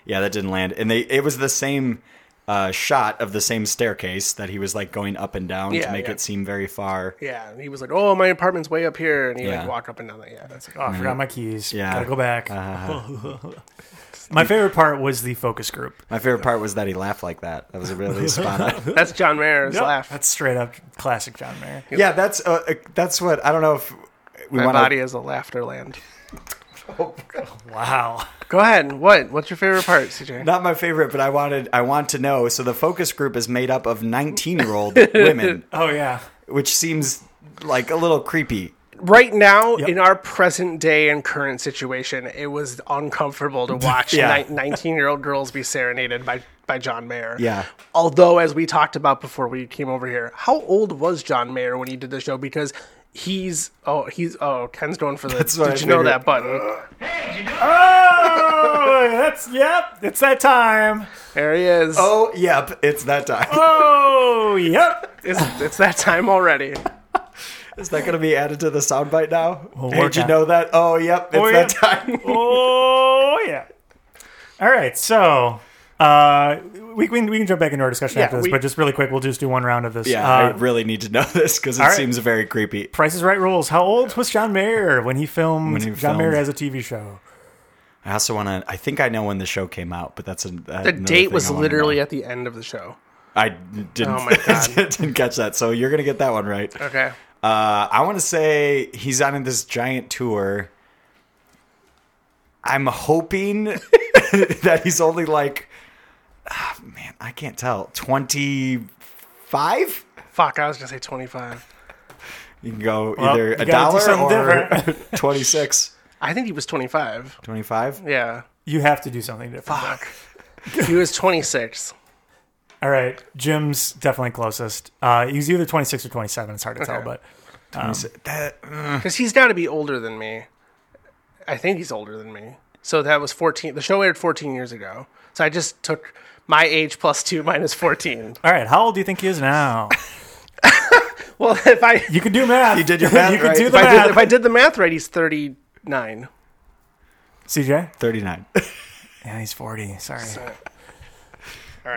B: Yeah, that didn't land. And they it was the same uh, shot of the same staircase that he was like going up and down to
G: Yeah,
B: make
G: yeah.
B: it seem very far.
G: Yeah, and he was like, "Oh, my apartment's way up here," and he
B: Yeah.
G: like walked up and down. Like, yeah, that's
A: Oh, I forgot my keys.
B: Mm-hmm. Yeah. Uh-huh.
A: Gotta go back. my favorite part was the focus group.
B: My favorite part was that he laughed like that. That was a really spot on.
G: that's John Mayer's laugh.
A: That's straight up classic John Mayer.
B: Yeah, that's uh, uh, that's what I don't know if we
G: my
B: want
G: body
B: to.
G: is a laughter land.
A: Wow.
G: Go ahead. What? What's your favorite part, CJ?
B: Not my favorite, but I wanted I want to know. So the focus group is made up of 19 year old women,
A: Oh yeah.
B: which seems like a little creepy.
G: Right now, in our present day and current situation, it was uncomfortable to watch
B: Yeah.
G: nineteen-year-old girls be serenaded by by John Mayer.
B: Yeah.
G: Although, as we talked about before we came over here, how old was John Mayer when he did the show? Because he's oh he's oh Ken's going for the.
B: That's
G: did
B: what
G: you
B: I
G: know
B: figured.
G: that button?
A: Oh, that's yep. It's that time.
G: There he is.
B: Oh, yep, it's that time.
A: Oh, yep.
G: It's, it's that time already.
B: Is that going to be added to the soundbite now?
A: work
B: Did you
A: on-
B: know that? Oh, yep, it's
A: Oh,
B: that
A: yeah.
B: time.
A: Oh yeah. All right. So. Uh, we, we, we can jump back into our discussion
G: Yeah,
A: after this,
G: we-
A: but just really quick, we'll just do one round of this.
B: Yeah,
A: Uh,
B: I really need to know this because it
A: right.
B: seems very creepy.
A: Price is Right rules. How old was John Mayer when he filmed
B: When he
A: John
B: filmed-
A: Mayer as a TV show?
B: I also want to. I think I know when the show came out, but that's an,
G: The date was literally at the end of the show.
B: I didn't.
G: Oh my God.
B: didn't catch that. So you're gonna get that one right.
G: Okay.
B: Uh, I want to say he's on this giant tour. I'm hoping that he's only like, ah, man, I can't tell. Twenty five.
G: Fuck, I was gonna say twenty-five.
B: You can go
A: Well,
B: either
A: you gotta
B: a
A: do
B: dollar
A: something
B: or 26,
G: I think he was twenty-five.
B: 25.
G: Yeah.
A: You have to do something different.
G: Fuck. he was 26.
A: All right, Jim's definitely closest. Uh, he's either 26 or 27. It's hard to tell, but
B: That-
G: Because he's got to be older than me. I think he's older than me. So that was 14. The show aired 14 years ago. So I just took my age plus two minus 14.
A: all right. How old do you think he is now?
G: Well, if I,
A: You can do math. You
B: did your math
A: you can
B: right.
A: do
B: If
A: the
G: if, I did,
A: math.
G: if I did the math right, he's 39.
A: CJ,
B: 39.
A: yeah, he's 40. Sorry.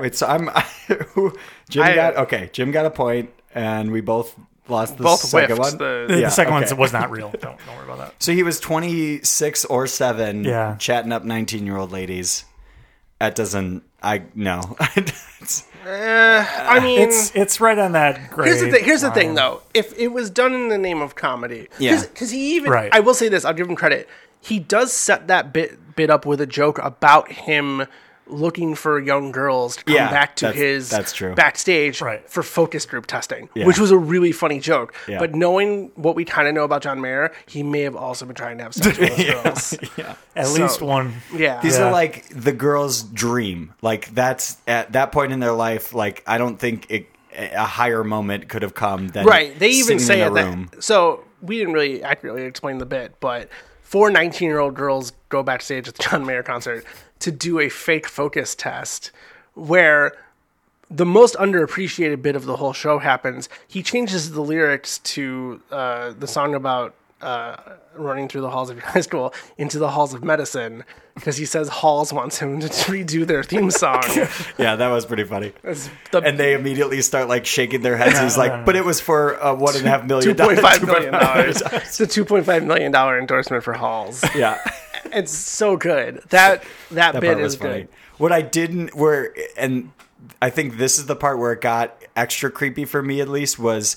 B: Wait, so I'm. who- Jim
G: I-
B: got. Okay, Jim got a point, and we both lost the
G: Both
B: second one.
G: whiffed the-
A: the
B: Yeah,
A: second one
B: okay.
A: was not real. Don't don't worry about that.
B: So he was 26 or 7,
A: Yeah.
B: chatting up 19 year old ladies. That doesn't. I. No. It's-
G: I mean,
A: It's it's right on that grade.
G: here's the thing. Here's the
A: line.
G: thing, though. If it was done in the name of comedy,
B: Yeah.
G: because he even,
A: Right.
G: I will say this, I'll give him credit. He does set that bit bit up with a joke about him looking for young girls to come
B: Yeah,
G: back to
B: that's-
G: his
B: that's true.
G: backstage
A: Right.
G: for focus group testing, which was a really funny joke. But knowing what we kind of know about John Mayer, he may have also been trying to have sex with those girls.
A: At least one.
G: Yeah,
B: These
A: Yeah.
B: are like the girl's dream. Like that's at that point in their life. Like I don't think it, a higher moment could have come than
G: right. They
B: sitting
G: even say
B: in
G: it
B: a room.
G: that. So we didn't really accurately explain the bit, but four 19 year old girls go backstage at the John Mayer concert to do a fake focus test where the most underappreciated bit of the whole show happens. He changes the lyrics to uh, the song about uh, running through the halls of your high school into the halls of medicine because he says Halls wants him to redo their theme song.
B: Yeah, that was pretty funny.
G: The-
B: and they immediately start like shaking their heads. He's like, but it was for uh, one and a half million
G: Two
B: dollars.
G: point five million dollars. It's a two point five million dollar endorsement for Halls.
B: Yeah,
G: It's so good. That that,
B: that
G: bit
B: part
G: is
B: was funny.
G: good.
B: What I didn't where, and I think this is the part where it got extra creepy for me at least was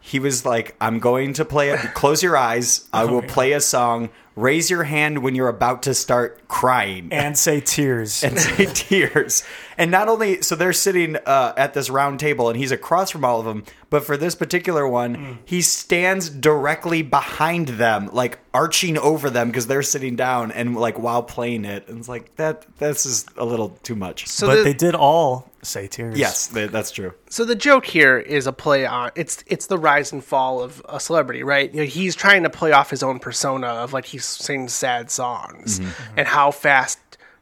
B: he was like, I'm going to play it. Close your eyes.
G: Oh
B: I will play a song. Raise your hand when you're about to start crying.
A: And say tears.
B: and say tears. And not only so they're sitting uh, at this round table, and he's across from all of them. But for this particular one,
G: Hmm.
B: he stands directly behind them, like arching over them because they're sitting down and like while playing it. And it's like that. This is a little too much.
G: So
A: but
G: the,
A: they did all say tears.
B: yes, th that's true.
G: so the joke here is a play on it's it's the rise and fall of a celebrity, right? You know, he's trying to play off his own persona of like he's singing sad songs and how fast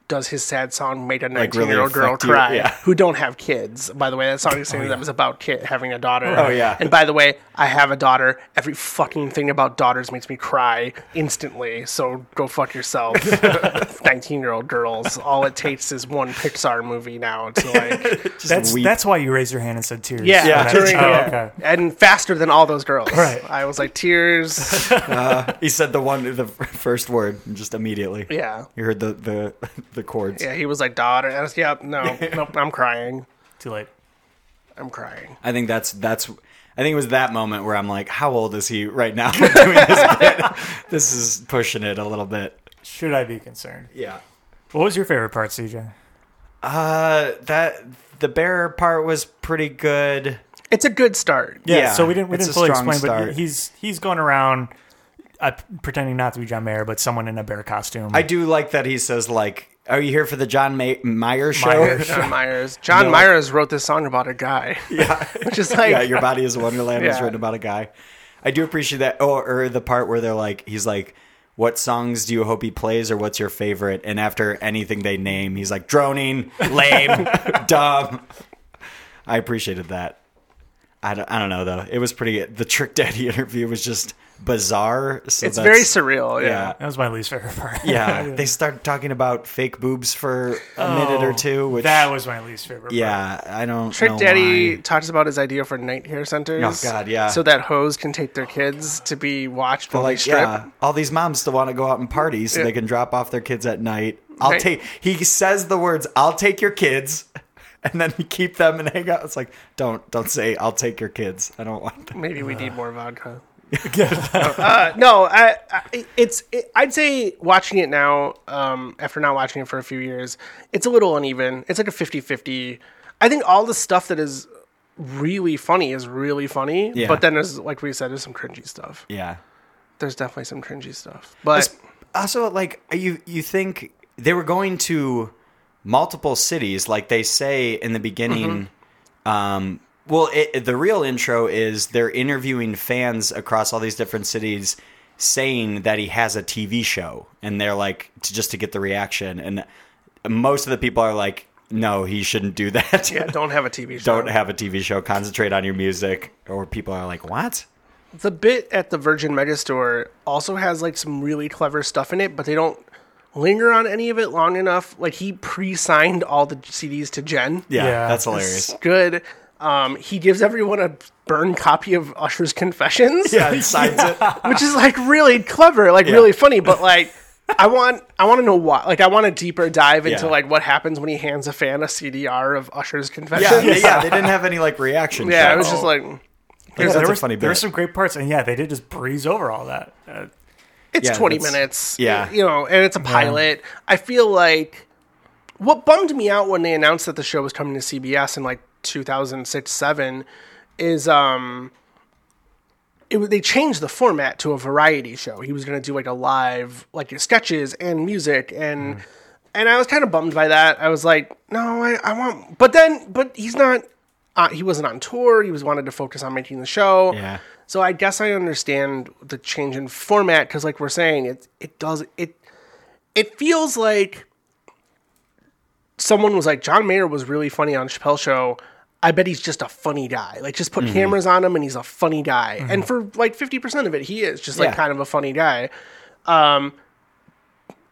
G: does his sad song make a 19
B: Mm-hmm. really
G: year old girl
B: affect you,
G: cry
B: yeah. Oh,
G: who don't have kids by the way that song he's singing that was about kid having a daughter oh
B: yeah.
G: and by the way i have a daughter every fucking thing about daughters makes me cry instantly so go fuck yourself 19 year old girls all it takes is one pixar movie now to like
A: That's
B: weep.
A: that's why you raised your hand and said tears.
G: yeah,
B: Yeah.
G: during-
A: Oh,
G: yeah.
A: okay.
G: and faster than all those girls.
A: Right.
G: I was like tears.
B: He said the one, the f- first word, just immediately.
G: Yeah.
B: you heard the the the chords.
G: yeah, he was like daughter. And I was, yep, no, nope. I'm crying.
A: Too late.
G: I'm crying.
B: I think that's that's. I think it was that moment where I'm like, how old is he right now? doing this, bit? this is pushing it a little bit.
A: Should I be concerned?
B: Yeah.
A: What was your favorite part, CJ?
B: Uh, that the bear part was pretty good.
G: It's a good start.
A: Yeah,
B: Yeah,
A: so we didn't we
B: it's
A: didn't
B: a
A: fully
B: strong
A: explain,
B: start.
A: but he's he's going around uh, pretending not to be John Mayer, but someone in a bear costume.
B: I do like that he says like, "Are you here for the John May- Meyer show?"
A: Myers.
G: John Myers. John Myers wrote this song about a guy.
B: yeah,
G: Which is like
B: yeah, your body is a wonderland was
G: Yeah.
B: written about a guy. I do appreciate that. Oh, or the part where they're like, he's like, "What songs do you hope he plays?" or "What's your favorite?" And after anything they name, he's like, "Droning, lame, dumb." I appreciated that. I don't, I don't know though. It was pretty. The Trick Daddy interview was just bizarre. So
G: it's
B: that's-
G: very surreal. Yeah.
A: that was my least favorite part.
B: Yeah, they start talking about fake boobs for a minute or two, which
A: that was my least favorite. part.
B: yeah, I don't.
G: Oh, Trick
B: know
G: Daddy
B: why.
G: talks about his idea for night care centers.
B: Oh, God, yeah.
G: So that hoes can take their kids to be watched while they
B: Like,
G: strip.
B: yeah, all these moms still want to go out and party so they can drop off their kids at night. I'll
G: Right.
B: take. He says the words, "I'll take your kids," and then you keep them and hang out. It's like, don't, don't say, "I'll take your kids." I don't want that.
G: Maybe we need more vodka. uh, no, I, I, it's. It, I'd say watching it now, um, after not watching it for a few years, it's a little uneven. It's like a 50-50. I think all the stuff that is really funny is really funny,
B: Yeah.
G: but then there's like we said, there's some cringy stuff.
B: Yeah.
G: There's definitely some cringy stuff, but
B: Also, like you, you think they were going to multiple cities, like they say in the beginning. Um, well, it, the real intro is they're interviewing fans across all these different cities, saying that he has a TV show, and they're like to, just to get the reaction. And most of the people are like, "No, he shouldn't do that.
G: yeah, don't have a TV show.
B: don't have a TV show. Concentrate on your music." Or people are like, "What?"
G: The bit at the Virgin Megastore also has like some really clever stuff in it, but they don't linger on any of it long enough. Like he pre-signed all the CDs to Jen.
B: Yeah,
A: Yeah.
B: that's hilarious.
G: It's good. Um, he gives everyone a burned copy of Usher's Confessions,
B: Yeah, and signs it.
G: which is like really clever, like really funny, but like. I want I want to know why. Like I want a deeper dive into
B: Yeah.
G: like what happens when he hands a fan a CDR of Usher's
B: Yeah,
G: Confessions.
B: yeah, Oh. yeah, they didn't have any like reaction.
G: yeah it
B: shots.
G: was just like
B: Yeah, that's
A: there
B: a
A: was-
B: funny
A: There were
B: bit.
A: some great parts, and yeah, they did just breeze over all that. Uh,
G: it's
B: Yeah,
G: 20
B: that's-
G: minutes
B: yeah.
G: you know and it's a pilot i feel like what bummed me out when they announced that the show was coming to cbs in like 2006 7 is um it, wa- they changed the format to a variety show he was going to do like a live like sketches and music and and i was kind of bummed by that i was like no i, I want but then but he's not uh, he wasn't on tour he was wanted to focus on making the show
B: Yeah.
G: so I guess I understand the change in format because, like we're saying, it it does it it feels like someone was like John Mayer was really funny on Chappelle Show. I bet he's just a funny guy. Like just put cameras on him and he's a funny guy. And for like fifty percent of it, he is just like
B: Yeah.
G: kind of a funny guy. Um,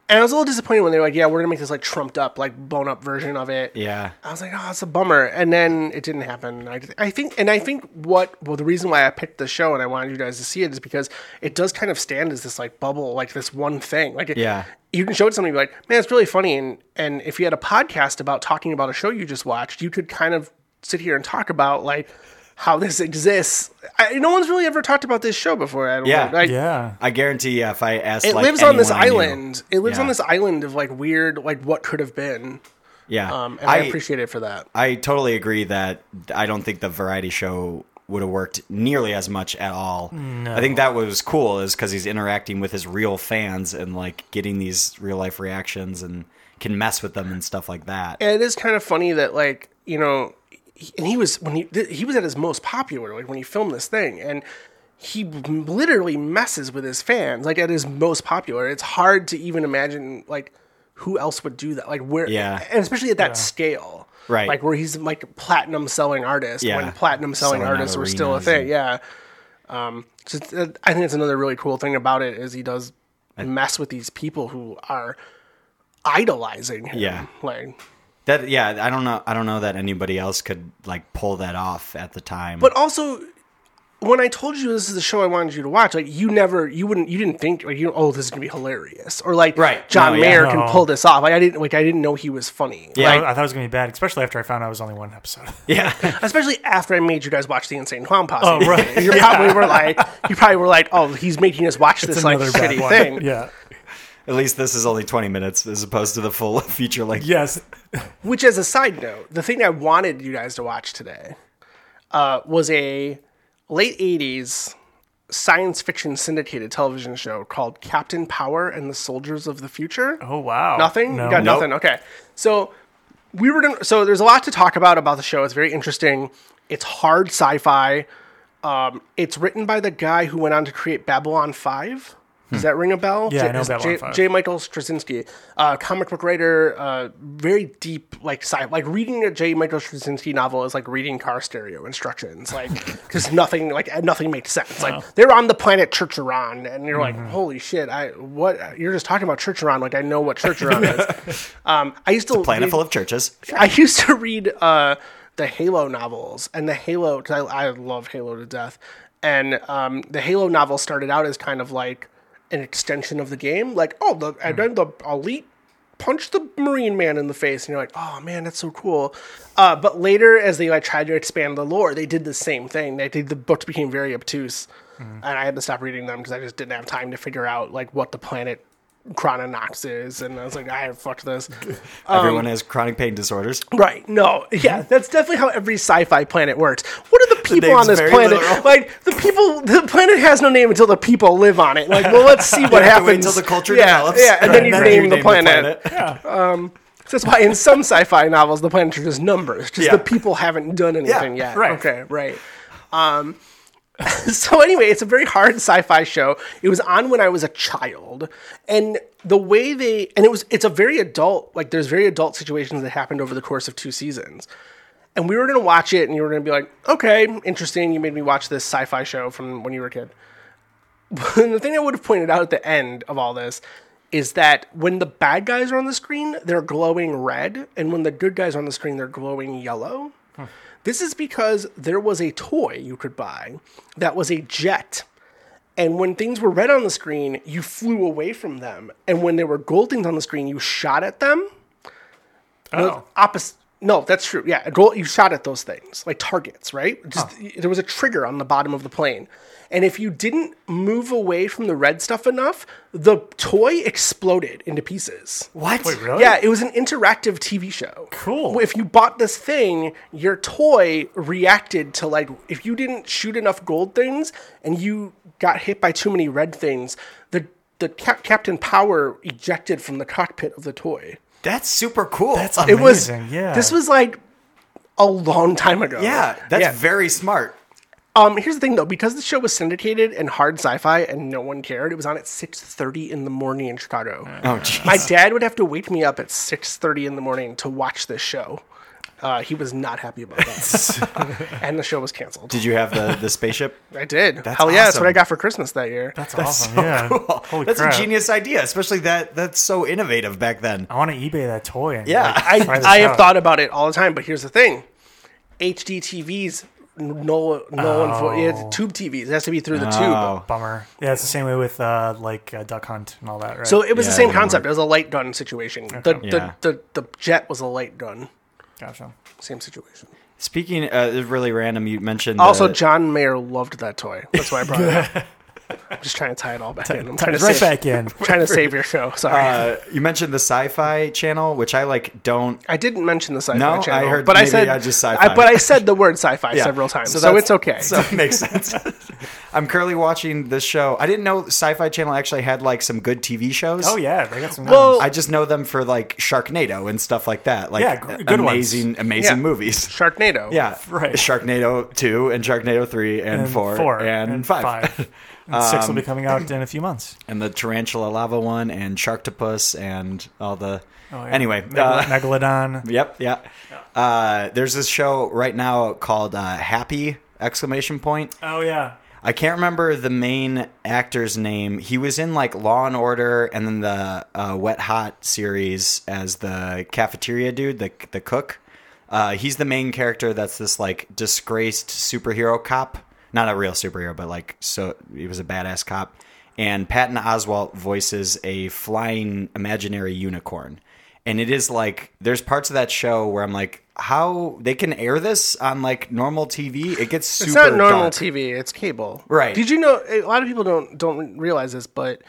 G: and I was a little disappointed when they were like, "Yeah, we're gonna make this like trumped up, like blown up version of it."
B: yeah.
G: I was like, oh, it's a bummer. And then it didn't happen. I, I think, and I think what, well, the reason why I picked the show and I wanted you guys to see it is because it does kind of stand as this like bubble, like this one thing. Like, it-
B: Yeah.
G: you can show it to somebody and be like, man, it's really funny. And, and if you had a podcast about talking about a show you just watched, you could kind of sit here and talk about like how this exists. I, no one's really ever talked about this show before. I don't
B: Yeah.
G: know. Like,
A: yeah,
B: I guarantee yeah, if I asked,
G: It
B: like,
G: lives on this
B: anyone I knew-
G: island. It lives
B: Yeah.
G: on this island of like weird, like what could have been.
B: Yeah,
G: Um, and
B: I,
G: I appreciate it for that.
B: I totally agree that I don't think the variety show would have worked nearly as much at all. I think that was cool is because he's interacting with his real fans and like getting these real life reactions and can mess with them and stuff like that.
G: And it is kind of funny that like you know he, and he was when he th- he was at his most popular like when he filmed this thing and he m- literally messes with his fans like at his most popular it's hard to even imagine like who else would do that like where
B: Yeah.
G: and especially at that scale
B: Right.
G: like where he's like platinum selling artist
B: Yeah.
G: when platinum selling
B: Selling out
G: artists were still a
B: arenas
G: thing
B: and-
G: yeah um so it's- uh, i think that's another really cool thing about it is he does mess with these people who are idolizing him
B: Yeah.
G: like
B: That yeah, I don't know. I don't know that anybody else could like pull that off at the time.
G: But also, when I told you this is the show I wanted you to watch, like you never, you wouldn't, you didn't think like you, oh, this is gonna be hilarious, or like
B: Right.
G: John
B: No, yeah.
G: Mayer
A: No.
G: can pull this off. Like I didn't, like I didn't know he was funny.
B: Yeah.
G: Like,
A: I, I thought it was gonna be bad, especially after I found out it was only one episode.
B: yeah,
G: especially after I made you guys watch the Insane Clown Posse.
A: Oh, right.
G: you probably were like, you probably were like, oh, he's making us watch this like
A: Another bad
G: shitty
A: one.
G: thing.
A: Yeah,
B: At least this is only 20 minutes as opposed to the full feature length.
A: Yes.
G: Which, as a side note, the thing I wanted you guys to watch today uh, was a late 80s science fiction syndicated television show called Captain Power and the Soldiers of the Future.
A: Oh wow.
G: Nothing?
A: No.
G: You got nothing. Okay. So we were gonna, so there's a lot to talk about about the show. It's very interesting. It's hard sci-fi. Um, it's written by the guy who went on to create Babylon 5. Does that ring a bell?
A: Hmm. Yeah, I know
G: it's
A: Babylon
G: J,
A: 5.
G: J. Michael Straczynski, uh, comic book writer, uh, very deep, like sci- like reading a J. Michael Straczynski novel is like reading car stereo instructions, like because nothing, like nothing makes sense.
A: Uh-huh.
G: Like they're on the planet Churcheron, and you're
A: Mm-hmm.
G: like, holy shit, I what? You're just talking about Churcheron, like I know what Churcheron is. Um, I um, used to
B: Planet
G: read-
B: full of churches.
G: I used to read uh, the Halo novels and the Halo because I, I love Halo to death. And um, the Halo novel started out as kind of like an extension of the game, like oh, the and then the elite punch the marine man in the face, and you're like, oh man, that's so cool. Uh, but later, as they like tried to expand the lore, they did the same thing. They did the books became very obtuse, and I had to stop reading them because I just didn't have time to figure out like what the planet Chrononox is, and I was like, I fuck this.
B: Everyone has chronic pain disorders.
G: Right. No. Yeah. That's definitely how every sci-fi planet works. What are the people on
B: Mm-hmm. name's
G: this
B: very
G: planet?
B: literal.
G: Like the people, the planet has no name until the people live on it. Like, well, let's see
B: have
G: what
B: to
G: happens
B: wait until the culture
G: yeah,
B: develops.
G: Yeah, and then you
B: you
G: name, the, planet.
B: planet.
G: That's why in some sci-fi novels the planets are just numbers. Just
B: Yeah.
G: the people haven't done anything yet.
A: right.
G: Okay. Right. Um, so anyway, it's a very hard sci-fi show. It was on when I was a child, and the way they and it was it's a very adult like there's very adult situations that happened over the course of two seasons and we were going to watch it and you were going to be like okay interesting you made me watch this sci-fi show from when you were a kid and the thing i would have pointed out at the end of all this is that when the bad guys are on the screen they're glowing red and when the good guys are on the screen they're glowing yellow this is because there was a toy you could buy that was a jet and when things were red on the screen you flew away from them and when there were gold things on the screen you shot at them
A: Oh.
G: opposite. No, that's true. Yeah, a goal, you shot at those things like targets, right? Just,
A: Oh.
G: There was a trigger on the bottom of the plane, and if you didn't move away from the red stuff enough, the toy exploded into pieces.
B: What?
A: Wait, really?
G: Yeah, it was an interactive TV show.
A: Cool.
G: If you bought this thing, your toy reacted to like if you didn't shoot enough gold things and you got hit by too many red things, the the cap- Captain Power ejected from the cockpit of the toy
B: That's super cool. That's
G: it was
A: Amazing, yeah.
G: this was like a long time ago
B: yeah. That's very smart.
G: um here's the thing though because the show was syndicated and hard sci-fi and no one cared it was on at 6.30 in the morning in chicago
B: Oh, jeez.
G: my dad would have to wake me up at 6.30 in the morning to watch this show uh, he was not happy about that and the show was canceled
B: Did you have the, the spaceship?
G: i did hell yeah that's
B: awesome.
G: what i got for christmas that year
A: That's, awesome. Oh, yeah. Holy
B: that's
A: crap.
B: a genius idea, especially that that's so innovative back then.
G: Oh,
A: I want to eBay that toy. And,
B: Yeah.
A: like, try
G: I,
A: this
G: I have
A: out.
G: thought about it all the time, but here's the thing: HD TVs, no, no one for yeah, tube TVs. It has to be through the
B: Oh.
G: tube.
A: Bummer. Yeah, it's the same way with uh, like uh, Duck Hunt and all that, right?
G: So it was the
B: Yeah,
G: same
B: it didn't
G: concept.
B: work.
G: It was a light gun situation. The,
B: Yeah.
G: the, the the jet was a light gun.
A: Gotcha.
G: Same situation.
B: Speaking uh, really random, you mentioned
G: Also,
B: the-
G: John Mayer loved that toy. That's why I brought it up. I'm just trying to tie it all back in. I'm trying to
A: Right
G: save,
A: back in.
G: Trying to save your show. Sorry,
B: uh, you mentioned the Sci-Fi Channel, which I like. Don't
G: I didn't mention the sci-fi
B: No, I
G: channel,
B: heard-
G: but I
B: maybe
G: said
B: I just sci-fi.
G: I- but I said the word sci-fi
B: Yeah.
G: several times, so,
B: that's-
G: it's okay.
B: So it makes sense. I'm currently watching this show. I didn't know Sci-Fi Channel actually had like some good TV shows.
A: Oh yeah, they got some.
G: Well-
B: I just know them for like Sharknado and stuff like that. Like
A: Yeah, g- good
B: amazing, amazing
G: Yeah.
B: movies.
G: Sharknado.
B: Yeah,
A: Right.
B: Sharknado two and Sharknado three and, four, and, five.
A: And six
G: Um,
A: will be coming out in a few months.
B: and the tarantula lava one and Sharktopus and all the.
A: Oh, yeah.
B: Anyway,
A: Megalo-
B: uh,
A: Megalodon.
B: Yep, yeah. Uh, there's this show right now called uh, Happy exclamation point.
A: Oh yeah.
B: I can't remember the main actor's name. He was in like Law and Order and then the uh, Wet Hot series as the cafeteria dude, the the cook. Uh, he's the main character. That's this like disgraced superhero cop, not a real superhero, but like so he was a badass cop. And Patton Oswalt voices a flying imaginary unicorn, and it is like there's parts of that show where I'm like, how they can air this on like normal TV? It gets super
G: It's not normal
B: dark.
G: TV. It's cable.
B: Right.
G: Did you know? A lot of people don't don't realize this, but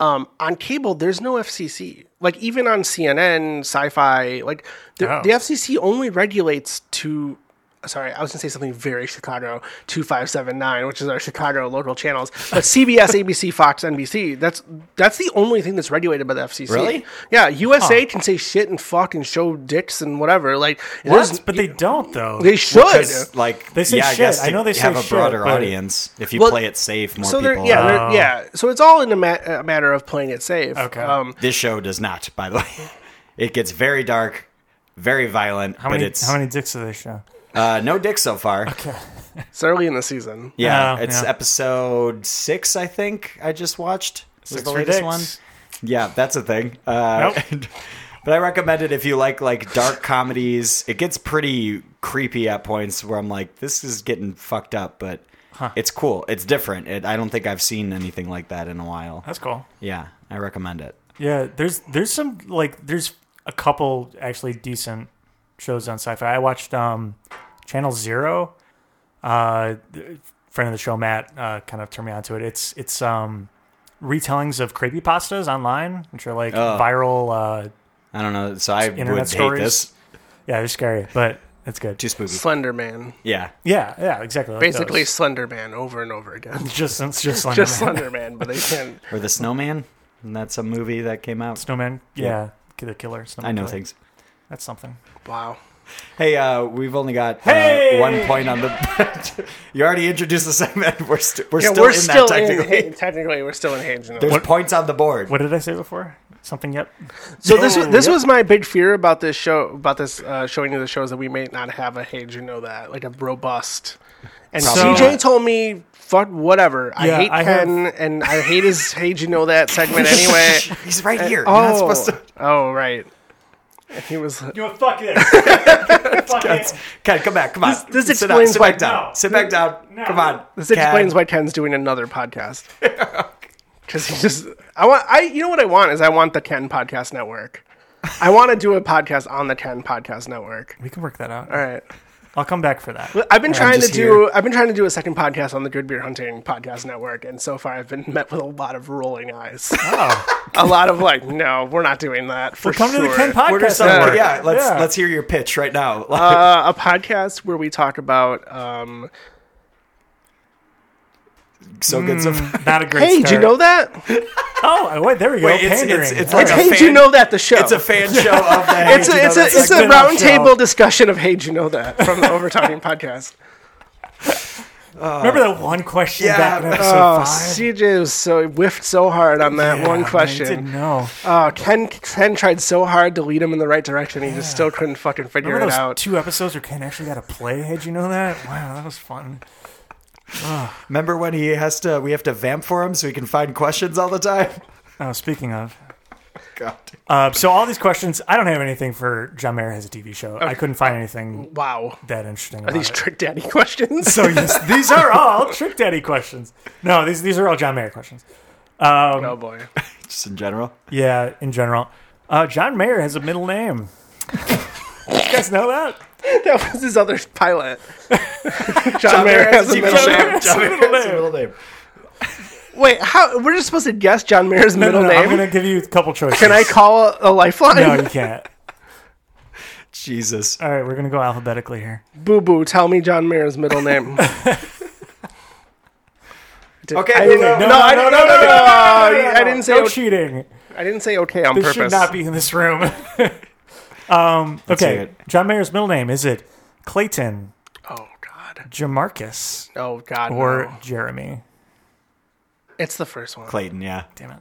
G: Um, on cable, there's no FCC. Like even on CNN, Sci-Fi, like the,
A: Oh.
G: the FCC only regulates to. Sorry, I was gonna say something very Chicago two five seven nine, which is our Chicago local channels. But CBS, ABC, Fox, NBC. That's that's the only thing that's regulated by the FCC.
B: Really?
G: Yeah, USA can say shit and fuck and show dicks and whatever. Like there's-
A: What? But they don't though.
G: they should.
B: 'Cause, like
A: They say
B: yeah, I
A: shit.
B: guess
A: I
B: to
A: know they say
B: have a
A: shit,
B: broader
A: but-
B: audience if you
G: Well,
B: play it safe. More
G: So they're,
B: people. uh,
G: yeah, they're- yeah. So it's all in a, ma- a matter of playing it safe. Um,
A: Okay.
B: This show does not, by the way. It gets very dark, very violent,
A: how many
B: but it's
A: how many dicks do they show?
B: uh, no dick so far.
G: It's early in the season.
B: Yeah,
A: Yeah,
B: it's
A: yeah.
B: episode six, I think. I just watched. Was
A: Six
B: the
A: for
B: latest
A: dicks.
B: one? Yeah, that's a thing. Uh, but I recommend it if you like like dark comedies. It gets pretty creepy at points where I'm like, this is getting fucked up, but it's cool. It's different. It, I don't think I've seen anything like that in a while.
A: That's cool.
B: Yeah, I recommend it.
A: Yeah, there's there's some like there's a couple actually decent shows on sci-fi. I watched um Channel Zero. Uh th- friend of the show Matt uh, kind of turned me on to it. It's it's um retellings of creepypastas online, which are like
B: Oh.
A: viral uh
B: I don't know. So I
A: Internet
B: would
A: stories.
B: hate this.
A: yeah, they're scary, but it's good.
B: Too spooky.
G: Slender Man.
B: Yeah.
A: Yeah, yeah, exactly. like
G: Basically
A: those.
G: Slender Man over and over again.
A: just it's just Slender
G: Just
A: Man.
G: Slender Man, but they can't.
B: Or the Snowman. And that's a movie that came out.
A: Snowman. Yeah,
B: Yeah.
A: ki- the killer. Snowman
B: I know
A: killer.
B: things.
A: That's something.
G: Wow.
B: Hey, uh, we've only got uh,
A: Hey!
B: one point on the. you already introduced the segment. We're, st- we're
G: Yeah,
B: still
G: we're
B: in
G: still
B: that technically.
G: in. Technically, we're still in Hangen.
B: There's points on the board.
A: What did I say before? Something. Yep.
G: So this was
A: Oh,
G: this
A: yep.
G: was my big fear about this show about this uh, showing you the shows that we may not have a hey, do you know that like a robust. And
B: Probably
G: CJ
B: not.
G: told me fuck whatever. I
A: Yeah,
G: hate
A: I have-
G: Ken and I hate his hey, do you know that segment anyway.
B: He's right here. You're not
G: oh,
B: supposed to.
G: oh right. He was
A: You fuck it. fuck it.
B: Ken, come back. Come on.
G: this
B: Sit
G: explains
B: down. Sit
G: why-
B: back down.
A: No.
B: Sit back down.
A: No.
B: Come on.
G: This
B: Ken.
G: explains why Ken's doing another podcast. Because he just, I want, I, you know what I want is I want the Ken Podcast Network. I want to do a podcast on the Ken Podcast Network.
A: We can work that out.
G: All right,
A: I'll come back for that.
G: But I've been trying to
B: just
G: do,
B: here.
G: I've been trying to do a second podcast on the Good Beer Hunting Podcast Network, and so far I've been met with a lot of rolling eyes,
A: Oh,
G: a lot of like, no, we're not doing that. For
A: well, come to the
G: sure."
A: Ken
B: We're just
A: podcast.
B: uh,
A: Network.
B: yeah, let's let's hear your pitch right now.
G: Uh, a podcast where we talk about. Um,
B: so good. So
G: Mm.
B: far.
A: Not a great.
G: hey, did you
A: start.
G: know that?
A: Oh, wait, there we go.
B: Wait, it's,
A: Pandering.
B: it's it's like a
G: hey,
B: fan,
G: do you know that the show?
B: It's a fan show of the.
G: it's a, it's a, it's a
A: spin-off
G: round
A: show.
G: table discussion of hey, do you know that from the Overtalking podcast.
A: Remember that one question
B: Yeah,
A: back in
B: but-
A: episode
G: uh, Oh,
A: five?
G: CJ was so whiffed so hard on that
A: Yeah, I
G: one
A: didn't
G: question.
A: know.
G: Oh, Ken Ken tried so hard to lead him in the right direction, he just still couldn't fucking figure
A: Remember
G: it
A: those
G: out.
A: two episodes where Ken actually got a play? Did you know that? Wow, that was fun.
B: Remember when he has to? We have to vamp for him so he can find questions all the time.
A: Oh, speaking of,
B: God.
A: uh, so all these questions, I don't have anything for John Mayer has a TV show. I couldn't find anything
G: wow,
A: that interesting.
G: are
A: About
G: these
A: it.
G: trick daddy questions?
A: so yes, these are all Trick Daddy questions. No, these these are all John Mayer questions.
G: oh boy,
B: Just in general.
A: Yeah, in general, uh, John Mayer has a middle name. you guys know that?
G: that was his other pilot. John,
B: John
G: Mayer
B: Mayer has
G: has a
B: a
G: middle
B: TV show.
G: name.
A: John Mayer has a middle
B: name.
G: Wait, how? We're just supposed to guess John Mayer's
A: No, no,
G: middle
A: no,
G: name?
A: I'm gonna give you a couple choices.
G: Can I call a lifeline?
A: No, you can't.
B: Jesus.
A: All right, we're gonna go alphabetically here.
G: Boo Boo, tell me John Mayer's middle name. Oh, Did-
B: Okay,
G: I
B: Boo
G: didn't,
B: Boo.
G: no,
B: No,
G: I didn't, no, no, no, no, I didn't say
A: no
G: okay.
A: cheating.
G: I didn't say okay on
A: This should
G: purpose.
A: not be in this room. um,
B: hear
A: okay,
B: it.
A: John Mayer's middle name is it Clayton,
G: Oh God.
A: Jamarcus,
G: Oh God.
A: or
G: no.
A: Jeremy?
G: it's the first one.
B: Clayton, yeah.
A: Damn it.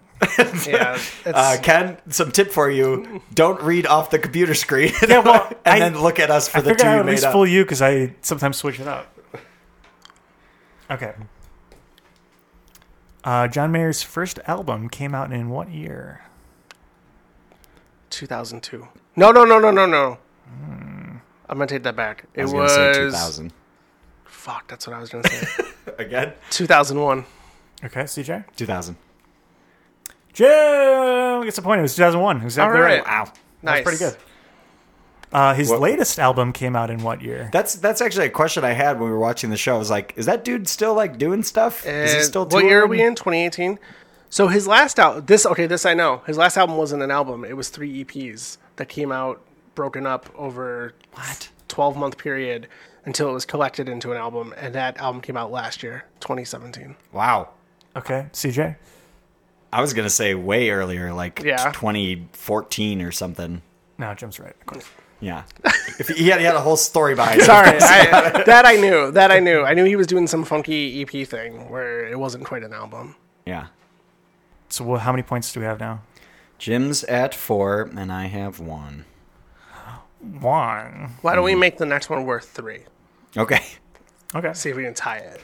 G: Yeah, it's,
B: Uh, Ken, some tip for you. Don't read off the computer screen.
A: Yeah, well,
B: and
A: I-
B: then look at us for
A: I
B: the
A: figured
B: two
A: I
B: you
A: would at
B: made
A: least
B: up.
A: fool you because I sometimes switch it up. Okay. Uh, John Mayer's first album came out in what year?
G: 2002. No, no, no, no, no, no. I'm gonna take that back. It
B: I was,
G: was,
B: gonna say 2000
G: fuck. That's what I was gonna say.
B: again.
G: 2001.
A: Okay, CJ.
B: 2000.
A: Jim gets the point. It was 2001. Exactly
G: All
A: right.
G: right. Wow.
A: That's
G: Nice.
A: pretty good. Uh, his
B: What-
A: latest album came out in what year?
B: That's that's actually a question I had when we were watching the show. I was like, is that dude still like doing stuff? is he
G: And
B: still
G: what year are
B: touring?
G: we in? 2018. So his last out this okay, this I know. His last album wasn't an album. It was three EPs that came out broken up over
B: What?
G: twelve month period until it was collected into an album, and that album came out last year, twenty seventeen.
B: Wow.
A: Okay, CJ.
B: I was gonna say way earlier, like
G: Yeah.
B: 2014 or something.
A: No, Jim's right. Of course.
B: Yeah, if he had, he had a whole story behind it.
G: Sorry, I, that I knew. That I knew. I knew he was doing some funky EP thing where it wasn't quite an album.
B: Yeah,
A: So, wha- how many points do we have now?
B: Jim's at four, and I have one.
A: One.
G: Why
B: Mm.
G: don't we make the next one worth three?
B: Okay,
A: Okay.
G: See if we can tie it.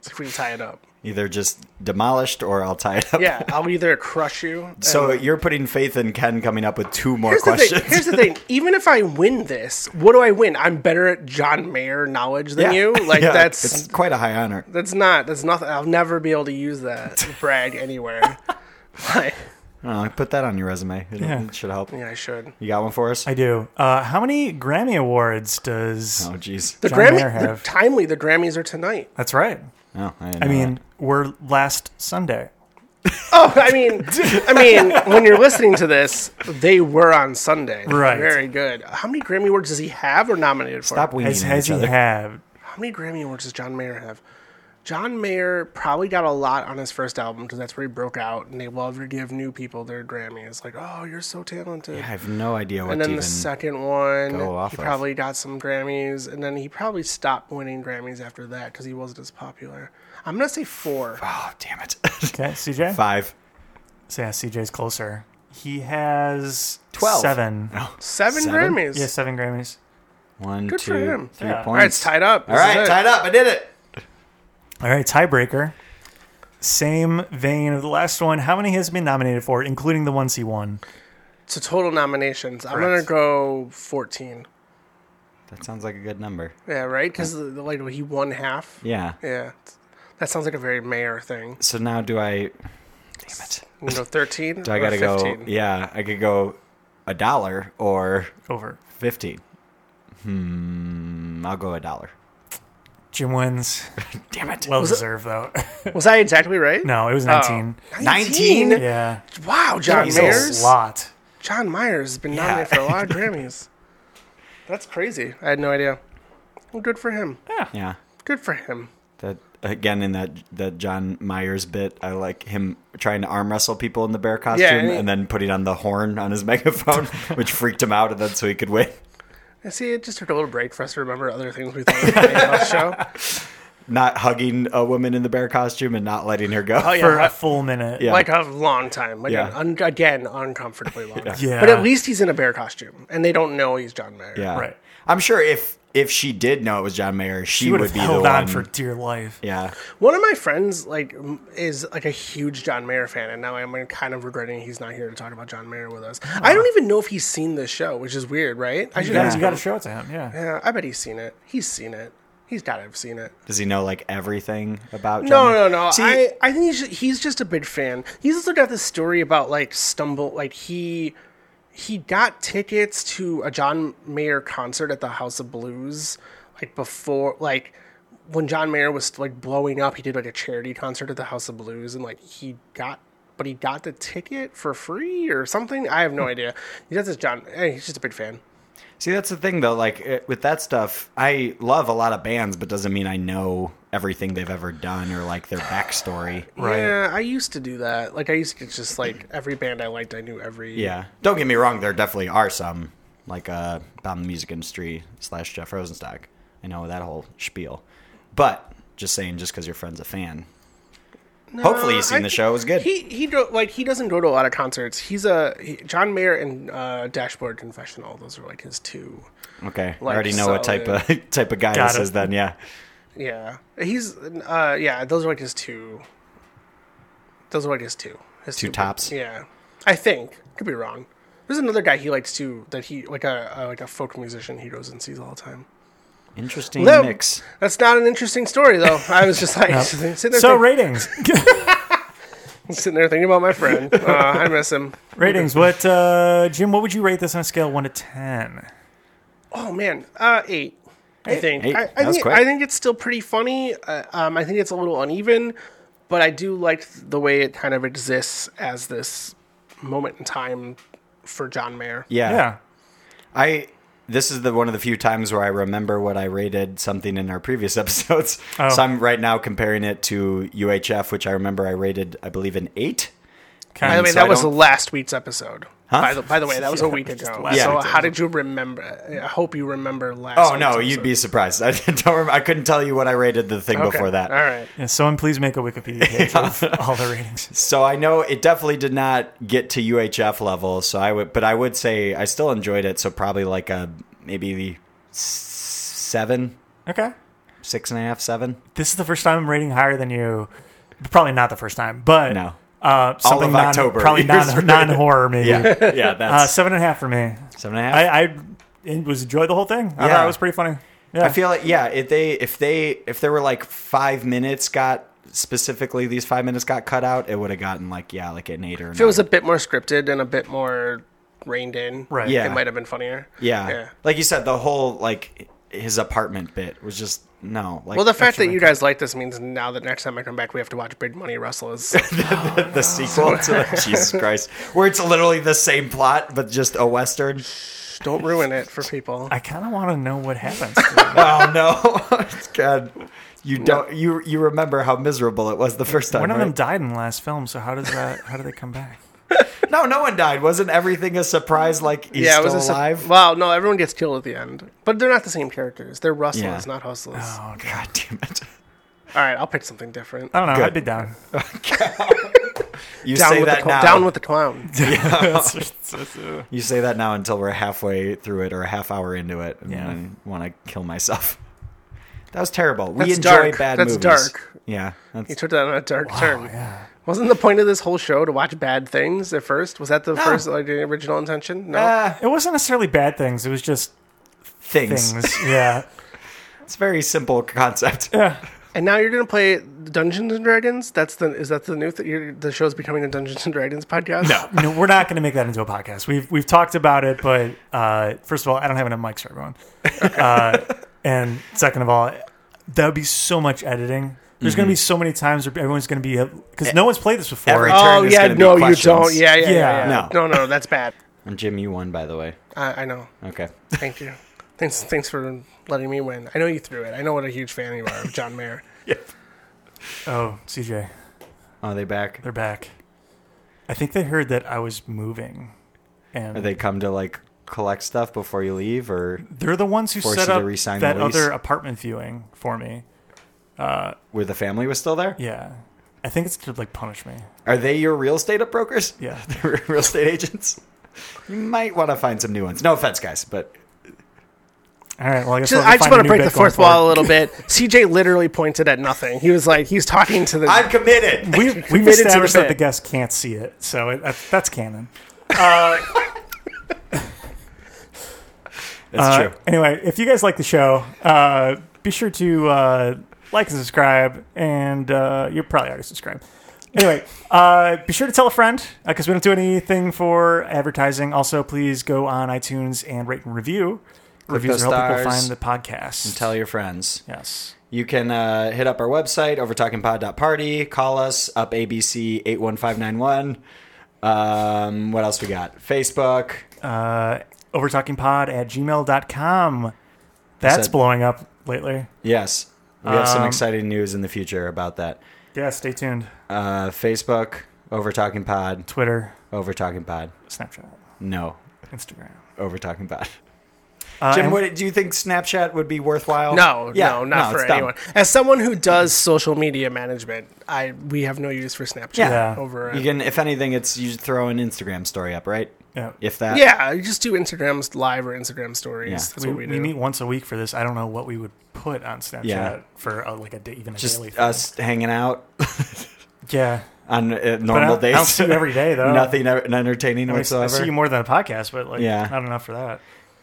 G: See if we can tie it up.
B: either just demolished or I'll tie it up.
G: Yeah, I'll either crush you.
B: So
G: and-
B: you're putting faith in Ken coming up with two more
G: here's
B: questions.
G: The thing, here's the thing. Even if I win this, what do I win? I'm better at John Mayer knowledge than
B: Yeah.
G: you. Like
B: Yeah,
G: that's
B: it's quite a high honor.
G: that's not that's nothing. I'll never be able to use that brag anywhere.
B: I
G: like,
B: don't know, Oh, put that on your resume. It'll-
A: Yeah.
B: It should help.
G: yeah, I should.
B: You got one for us?
A: I do. Uh, how many Grammy awards does?
B: oh, jeez.
G: The
A: John Mayer
G: Grammy, the,
A: have-
G: timely. The Grammys are tonight.
A: That's right.
B: No, Oh, I, didn't
A: I
B: know
A: mean,
B: that.
A: we're last Sunday.
G: Oh, I mean, I mean, when you're listening to this, they were on Sunday.
A: Right.
G: Very good. How many Grammy awards does he have or nominated for?
B: stop weaning
A: Has, has
B: each
A: he
B: other.
A: had?
G: How many Grammy awards does John Mayer have? John Mayer probably got a lot on his first album because that's where he broke out, and they love to give new people their Grammys. Like, oh, you're so talented.
B: I have no idea what
G: and
B: to
G: then
B: even.
G: the second one,
B: go off
G: he
B: of.
G: probably got some Grammys, and then he probably stopped winning Grammys after that because he wasn't as popular. I'm gonna say four.
B: oh, damn it!
A: Okay, CJ.
B: Five.
A: So yeah, CJ's closer. He has
B: 12.
A: seven.
G: Seven,
B: Seven?
G: Grammys.
A: Yeah, seven Grammys.
B: Oh, One,
G: Good for
B: two,
G: him.
B: three
A: Yeah.
B: points.
G: All right, it's tied up.
B: All right, tied up. I did it.
A: All right, tiebreaker. Same vein of the last one. How many has been nominated for, including the ones he won?
G: So total nominations. I'm gonna
A: Correct.
G: go 14.
B: That sounds like a good number.
G: Yeah, right. Because like he won half.
B: Yeah.
G: Yeah. That sounds like a very mayor thing.
B: So now do I? Damn it!
G: I'm gonna go 13.
B: Do I gotta go? Yeah, I could go a dollar or
A: Over.
B: fifteen. Hmm. I'll go a dollar.
A: Jim wins.
B: Damn it!
A: Well deserved, though.
G: Was I exactly right?
A: no, it was 19.
B: Oh. 19?
A: Yeah.
G: Wow, John
A: He's
G: Mayer's.
A: a lot.
G: John Myers has been nominated for a lot of Grammys. That's crazy. I had no idea. Well, good for him.
B: Yeah.
G: Good for him.
B: That again in that that John Myers bit. I like him trying to arm wrestle people in the bear costume
G: and he-
B: and then putting on the horn on his megaphone, which freaked him out, and then so he could win.
G: I see. It just took a little break for us to remember other things we thought about the show.
B: Not hugging a woman in the bear costume and not letting her go.
G: Oh yeah,
A: For
G: I-
A: a full minute.
B: Yeah.
G: like a long time, like
B: Yeah.
G: an un- again uncomfortably long. time.
A: Yeah.
G: But at least he's in a bear costume, and they don't know he's John Mayer.
B: Yeah.
A: Right.
B: I'm sure if if she did know it was John Mayer, she,
A: He would
B: would,
A: have
B: be
A: held
B: the
A: on
B: one.
A: for dear life.
B: yeah.
G: One of my friends like m- is like a huge John Mayer fan, and now I'm kind of regretting he's not here to talk about John Mayer with us. I don't even know if he's seen this show, which is weird, right? I should
A: You gotta-
G: ask
A: You got
G: him.
A: to show it to him. Yeah.
G: Yeah, I bet he's seen it. He's seen it. He's got to have seen it.
B: Does he know like everything about? John
G: No,
B: Mayer?
G: no, no.
B: See,
G: I, I think he's just, he's just a big fan. He's also got this story about like stumble, like he he got tickets to a John Mayer concert at the House of Blues, like before, like when John Mayer was like blowing up, he did like a charity concert at the House of Blues, and like he got. But he got the ticket for free or something. I
B: Hmm.
G: have no idea. He does this, John. Hey, he's just a big fan.
B: see, that's the thing though. Like it- with that stuff, I love a lot of bands, but doesn't mean I know everything they've ever done or like their backstory.
G: Yeah, I used to do that. Like I used to just like every band I liked, I knew every
B: Yeah. Don't get me wrong. There definitely are some like uh, about the music industry slash Jeff Rosenstock. I know that whole spiel, but just saying, just because your friend's a fan. Hopefully, you've seen
G: Uh, I
B: the
G: thi-
B: show. It was good.
G: He he go, like he doesn't go to a lot of concerts. He's a he, John Mayer and uh, Dashboard Confessional. Those are like his two.
B: Okay, I
G: Like,
B: already know what type of type of guy
A: Got
B: this
A: it.
B: is. Then, yeah,
G: Yeah, he's uh yeah. Those are like his two. Those are like his two. His
B: Two tops?
G: Yeah, I think could be wrong. There's another guy he likes too. That he like a, a like a folk musician he goes and sees all the time.
B: interesting
G: No.
B: mix.
G: That's not an interesting story though. I was just like sitting, there
A: So
G: think-
A: ratings,
G: sitting there thinking about my friend. Uh, I miss him.
A: ratings. What, uh, Jim? What would you rate this on a scale of one to ten?
G: Oh man, uh, eight. I think.
B: Eight.
G: I, I
B: That was
G: think
B: quick.
G: I think it's still pretty funny. Uh, um, I think it's a little uneven, but I do like the way it kind of exists as this moment in time for John Mayer.
B: Yeah.
A: Yeah.
B: Uh, I this is the one of the few times where I remember what I rated something in our previous episodes.
A: Oh.
B: So I'm right now comparing it to UHF, which I remember I rated, I believe, an eight.
G: By the
B: And
G: way,
B: so I
G: that was
B: don't-
G: last week's episode.
B: Huh?
G: By, the, by the way, that was a week
A: just
G: ago.
A: last
G: So
A: week's
G: how did you remember? I hope you remember last.
B: Oh
G: week's
B: no,
G: episode.
B: you'd be surprised. I don't. Remember, I couldn't tell you what I rated the thing
G: Okay.
B: before that.
G: All right.
A: Yeah, someone please make a Wikipedia page with all the ratings.
B: So I know it definitely did not get to UHF level. So I would, but I would say I still enjoyed it. So probably like a maybe s- seven,
A: Okay.
B: six and a half, seven.
A: This is the first time I'm rating higher than you. Probably not the first time, but
B: No.
A: uh, something
B: of
A: non,
B: October.
A: probably
B: Yours
A: non,
B: rated-
A: non-horror maybe.
B: Yeah, yeah,
A: Uh,
B: that's
A: seven and a half for me.
B: seven and a half.
A: I, I it was enjoyed the whole thing. I thought
B: Yeah.
A: it was pretty funny. Yeah.
B: I feel like yeah, if they if they if there were like five minutes got specifically these five minutes got cut out, it would have gotten like yeah, like an eight or.
G: If it was a bit more scripted and a bit more reined in,
A: Right.
B: Yeah.
G: it might have been funnier.
B: yeah.
G: Yeah.
B: like you said, the whole like his apartment bit was just no. Like
G: Well, the fact that you guys like this means now that next time I come back, we have to watch Big Money Rustlers.
B: the sequel to Jesus Christ, where it's literally the same plot but just a western.
G: Don't ruin it for people.
A: I kind of want to know what happens.
B: oh no, God, you don't you you remember how miserable it was the first time?
A: One of them
B: right?
A: died in the last film, so how does that? How do they come back?
B: no, no one died. Wasn't everything a surprise? Like he's
G: yeah,
B: still
G: it was a,
B: alive.
G: alive. Well, no, everyone gets killed at the end, but they're not the same characters. They're rustlers,
B: Yeah.
G: not hustlers.
A: Oh, God.
B: God damn it.
G: All right, I'll pick something different.
A: I don't know.
B: Good.
A: I'd be down.
B: You
G: down
B: say
G: with
B: that
G: the cl-
B: now.
G: down with the clown.
B: You say that now until we're halfway through it or a half hour into it, and
A: Yeah.
B: then I want to kill myself. That was terrible. we
G: That's
B: enjoy
G: dark.
B: bad
G: That's
B: movies.
G: dark.
B: Yeah, that's,
G: You took that on a dark turn. Wasn't the point of this whole show to watch bad things at first? Was that the first like the original intention? No.
B: Ah,
A: It wasn't necessarily bad things. It was just
B: things.
A: things. yeah.
B: It's a very simple concept.
G: and now you're gonna play Dungeons and Dragons. That's the is that the new th- you're, the show's becoming a Dungeons and Dragons podcast? No.
A: No, we're not going to make that into a podcast. We've we've talked about it, but uh, first of all, I don't have enough mics for everyone, uh, and second of all, that would be so much editing. There's
B: Mm-hmm.
A: going to be so many times where everyone's going to be because no one's played this before.
B: E-, Every-
G: Oh
B: Turn is
G: yeah,
B: gonna be
G: no, you
B: questions.
G: don't. Yeah, yeah, yeah.
A: Yeah.
G: yeah. No. no, that's bad.
B: And Jim, you won, by the way.
G: I, I know.
B: Okay.
G: Thank you. Thanks, thanks for letting me win. I know you threw it. I know what a huge fan you are of John Mayer.
A: oh, CJ,
B: Are they back?
A: they're back. I think they heard that I was moving, and
B: Are they come to like collect stuff before you leave, or
A: they're the ones who
B: force
A: set
B: you to
A: up
B: re-sign
A: that
B: the lease?
A: other apartment viewing for me.
B: where the family was still there?
A: Yeah, I think it's to like punish me.
B: Are they your real estate brokers?
A: Yeah.
B: They're real estate agents. You might want to find some new ones. No offense, guys, but
A: All right. Well, I guess
G: Just,
A: we'll have
G: I just
A: find a
G: want to
A: new
G: break
A: bit
G: the
A: going
G: fourth wall a little bit. CJ literally pointed at nothing. He was like, he's talking to the.
B: I'm committed.
A: we we've
G: Committed to the
A: established that the
G: bit.
A: guest can't see it, so it, that, that's canon.
B: That's
A: Uh,
B: true.
A: Anyway, if you guys like the show, uh, be sure to uh, like and subscribe, and uh, you're probably already subscribed. Anyway, uh, be sure to tell a friend because we don't do anything for advertising. Also, please go on iTunes and rate and review. Reviews
B: those
A: will help people
B: stars
A: find the podcast.
B: Tell your friends.
A: yes.
B: You can uh, hit up our website, overtalkingpod.party. Call us up ABC 81591. Um, what else we got? Facebook.
A: Overtalkingpod at gmail.com. That's
B: Said-
A: blowing up lately.
B: Yes. We have some
A: Um,
B: exciting news in the future about that.
A: Yeah, stay tuned.
B: Uh, Facebook, Overtalking Pod,
A: Twitter,
B: Overtalking Pod.
A: Snapchat,
B: No,
A: Instagram.
B: Overtalking Pod.
A: Uh,
B: Jim,
A: and-
B: what, do you think Snapchat would be worthwhile?
G: No,
B: Yeah,
G: no, not
B: it's
G: for
B: dumb.
G: anyone. As someone who does social media management, I we have no use for Snapchat
B: Yeah.
G: over.
B: You
G: it.
B: can, if anything, it's you throw an Instagram story up, right?
A: Yeah.
B: If that.
G: yeah, you just do Instagrams live or Instagram stories.
B: Yeah.
G: That's
A: we,
G: what we do.
A: we meet once a week for this. I don't know what we would put on Snapchat
B: Yeah.
A: for uh, like a day, even a
B: Just
A: daily. thing.
B: us hanging out
A: yeah,
B: on uh,
A: but I,
B: normal
A: don't- I
B: days.
A: don't see you every day though.
B: Nothing e- entertaining
A: I, mean, I
B: whatsoever.
A: see you more than a podcast, but like,
B: Yeah.
A: not enough for that.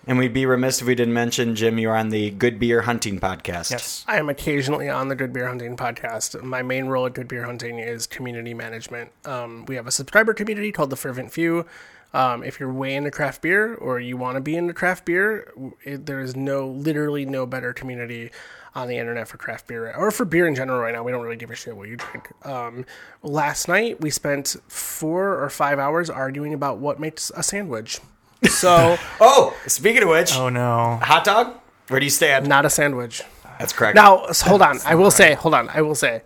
B: and we'd be remiss if we didn't mention, Jim, you're on the Good Beer Hunting podcast.
A: Yes,
G: I am occasionally on the Good Beer Hunting podcast. My main role at Good Beer Hunting is community management. Um, we have a subscriber community called the Fervent Few. Um, if you're way into craft beer or you want to be into craft beer, w- it, there is no, literally no better community on the internet for craft beer or for beer in general right now. We don't really give a shit what you drink. Um, last night we spent four or five hours arguing about what makes a sandwich. So
B: Oh, speaking of which,
A: Oh no.
B: hot dog. Where do you stand?
G: not a sandwich.
B: That's correct.
G: Now, s- hold on. I will say, hold on. I will say.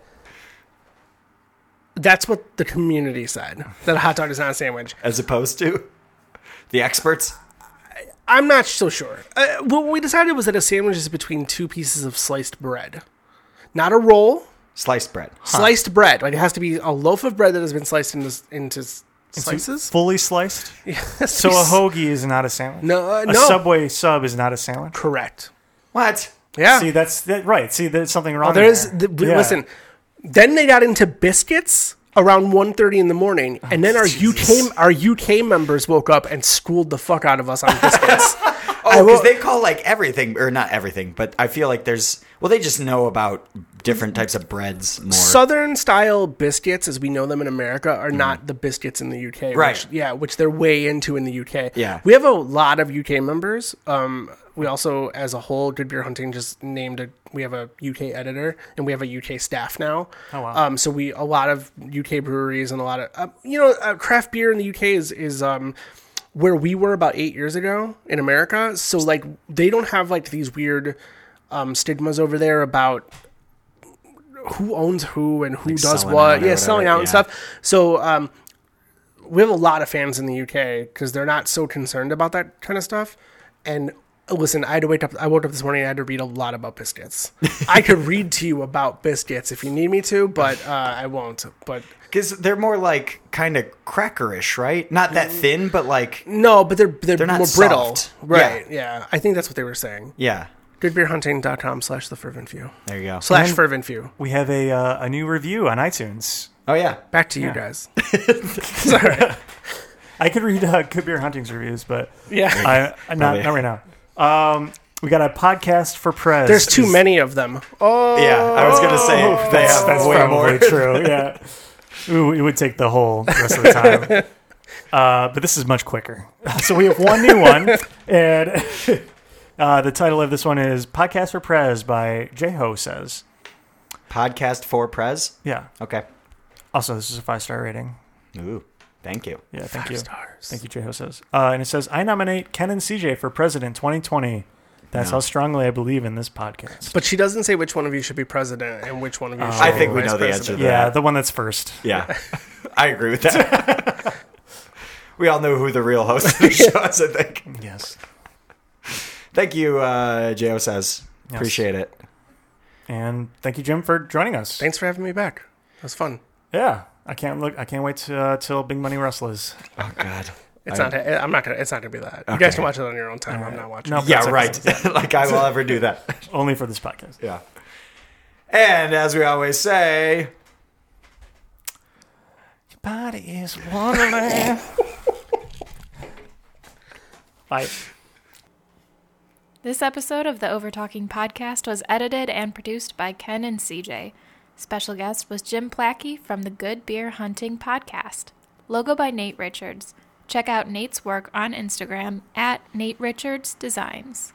G: That's what the community said. That a hot dog is not a sandwich.
B: as opposed to the experts.
G: I'm not so sure. Uh, what we decided was that a sandwich is between two pieces of sliced bread, not a roll.
B: Sliced bread.
G: Sliced bread, like it has to be a loaf of bread that has been sliced into into s- slices.
A: Fully sliced.
G: so
A: So a hoagie is not a sandwich.
G: No, uh,
A: a
G: no.
A: Subway sub is not a sandwich.
G: correct.
B: What?
G: Yeah. Oh,
A: See, that's that, right. See, there's something wrong.
G: there is.
A: there.
G: th- w-
A: Yeah.
G: Listen, then they got into biscuits around 1.30 in the morning, and
A: Oh,
G: then our UK our UK members woke up and schooled the fuck out of us on biscuits. I
B: Oh,
G: will-
B: because they call like everything, or not everything, but I feel like there's. Well, they just know about different types of breads more.
G: Southern style biscuits, as we know them in America, are not the biscuits in the UK.
B: Right.
G: Which, yeah, which they're way into in the UK.
B: Yeah.
G: We have a lot of UK members. Um, we also, as a whole, Good Beer Hunting just named a. We have a UK editor and we have a UK staff now. Oh wow. Um, so we a lot of UK breweries and a lot of uh, you know uh, craft beer in the UK is is um. Where we were about eight years ago in America, so like they don't have like these weird um, stigmas over there about who owns who and who does
B: selling out
G: what.
B: or
G: Yeah,
B: whatever,
G: selling out
B: yeah.
G: and stuff. So um, we have a lot of fans in the UK because they're not so concerned about that kind of stuff. And uh, listen, I had to wake up. I woke up this morning. I had to read a lot about biscuits. I could read to you about biscuits if you need me to, but uh, I won't. But
B: Because they're more like kind of crackerish, right? Not that
A: Mm.
B: thin, but like
G: no, but they're they're,
B: They're not
G: more brittle,
B: soft.
G: right? Yeah. I think that's what they were saying.
B: yeah.
G: Goodbeerhunting.com slash the fervent few
B: There you go.
G: slash fervent few.
A: We have a uh, a new review on iTunes.
B: oh yeah.
G: Back to you guys. Sorry.
A: I could read uh, Good Beer Hunting's reviews, but
G: Yeah.
A: I, I'm not not
B: Probably.
A: right now. Um, we got a podcast for Prez.
G: There's too
A: Is-
G: many of them. Oh,
B: Yeah, I was gonna say they
A: Oh. That's,
B: have
A: that's
B: way
A: probably
B: more.
A: true. Yeah. Ooh, it would take the whole rest of the time. Uh, but this is much quicker. So we have one new one, and uh, the title of this one is "Podcast for Prez" by J Ho says.
B: Podcast for Prez.
A: Yeah.
B: Okay.
A: Also, this is a five star rating.
B: Ooh, thank you.
A: Yeah, thank you.
G: stars.
A: Thank you, J Ho says. Uh, and it says, "I nominate Ken and CJ for president 2020." That's how strongly I believe in this podcast.
G: But she doesn't say which one of you should be president and which one
A: Oh.
G: of you should
B: I
G: be
B: think we
G: vice
B: know the
G: president.
B: answer to
A: yeah,
B: that.
A: the one that's first.
B: Yeah, I agree with that. we all know who the real host of the show is. I think.
A: Yes.
B: Thank you, uh, Jo says. Appreciate it.
A: And thank you, Jim, for joining us.
G: Thanks for having me back. That was fun.
A: Yeah, I can't look. I can't wait to, uh, till Big Money Wrestlers.
B: Oh God.
G: It's not. I'm not gonna. It's not gonna be that. You guys can watch it on your own time. I'm not watching.
A: No,
G: it.
B: Yeah,
A: that's
B: right. like I will ever do that.
A: Only for this podcast.
B: Yeah. And as we always say,
A: Body is wonderland. Bye.
F: This episode of the Over Talking podcast was edited and produced by Ken and CJ. Special guest was Jim Plackey from the Good Beer Hunting podcast. Logo by Nate Richards. Check out Nate's work on Instagram at Nate Richards Designs.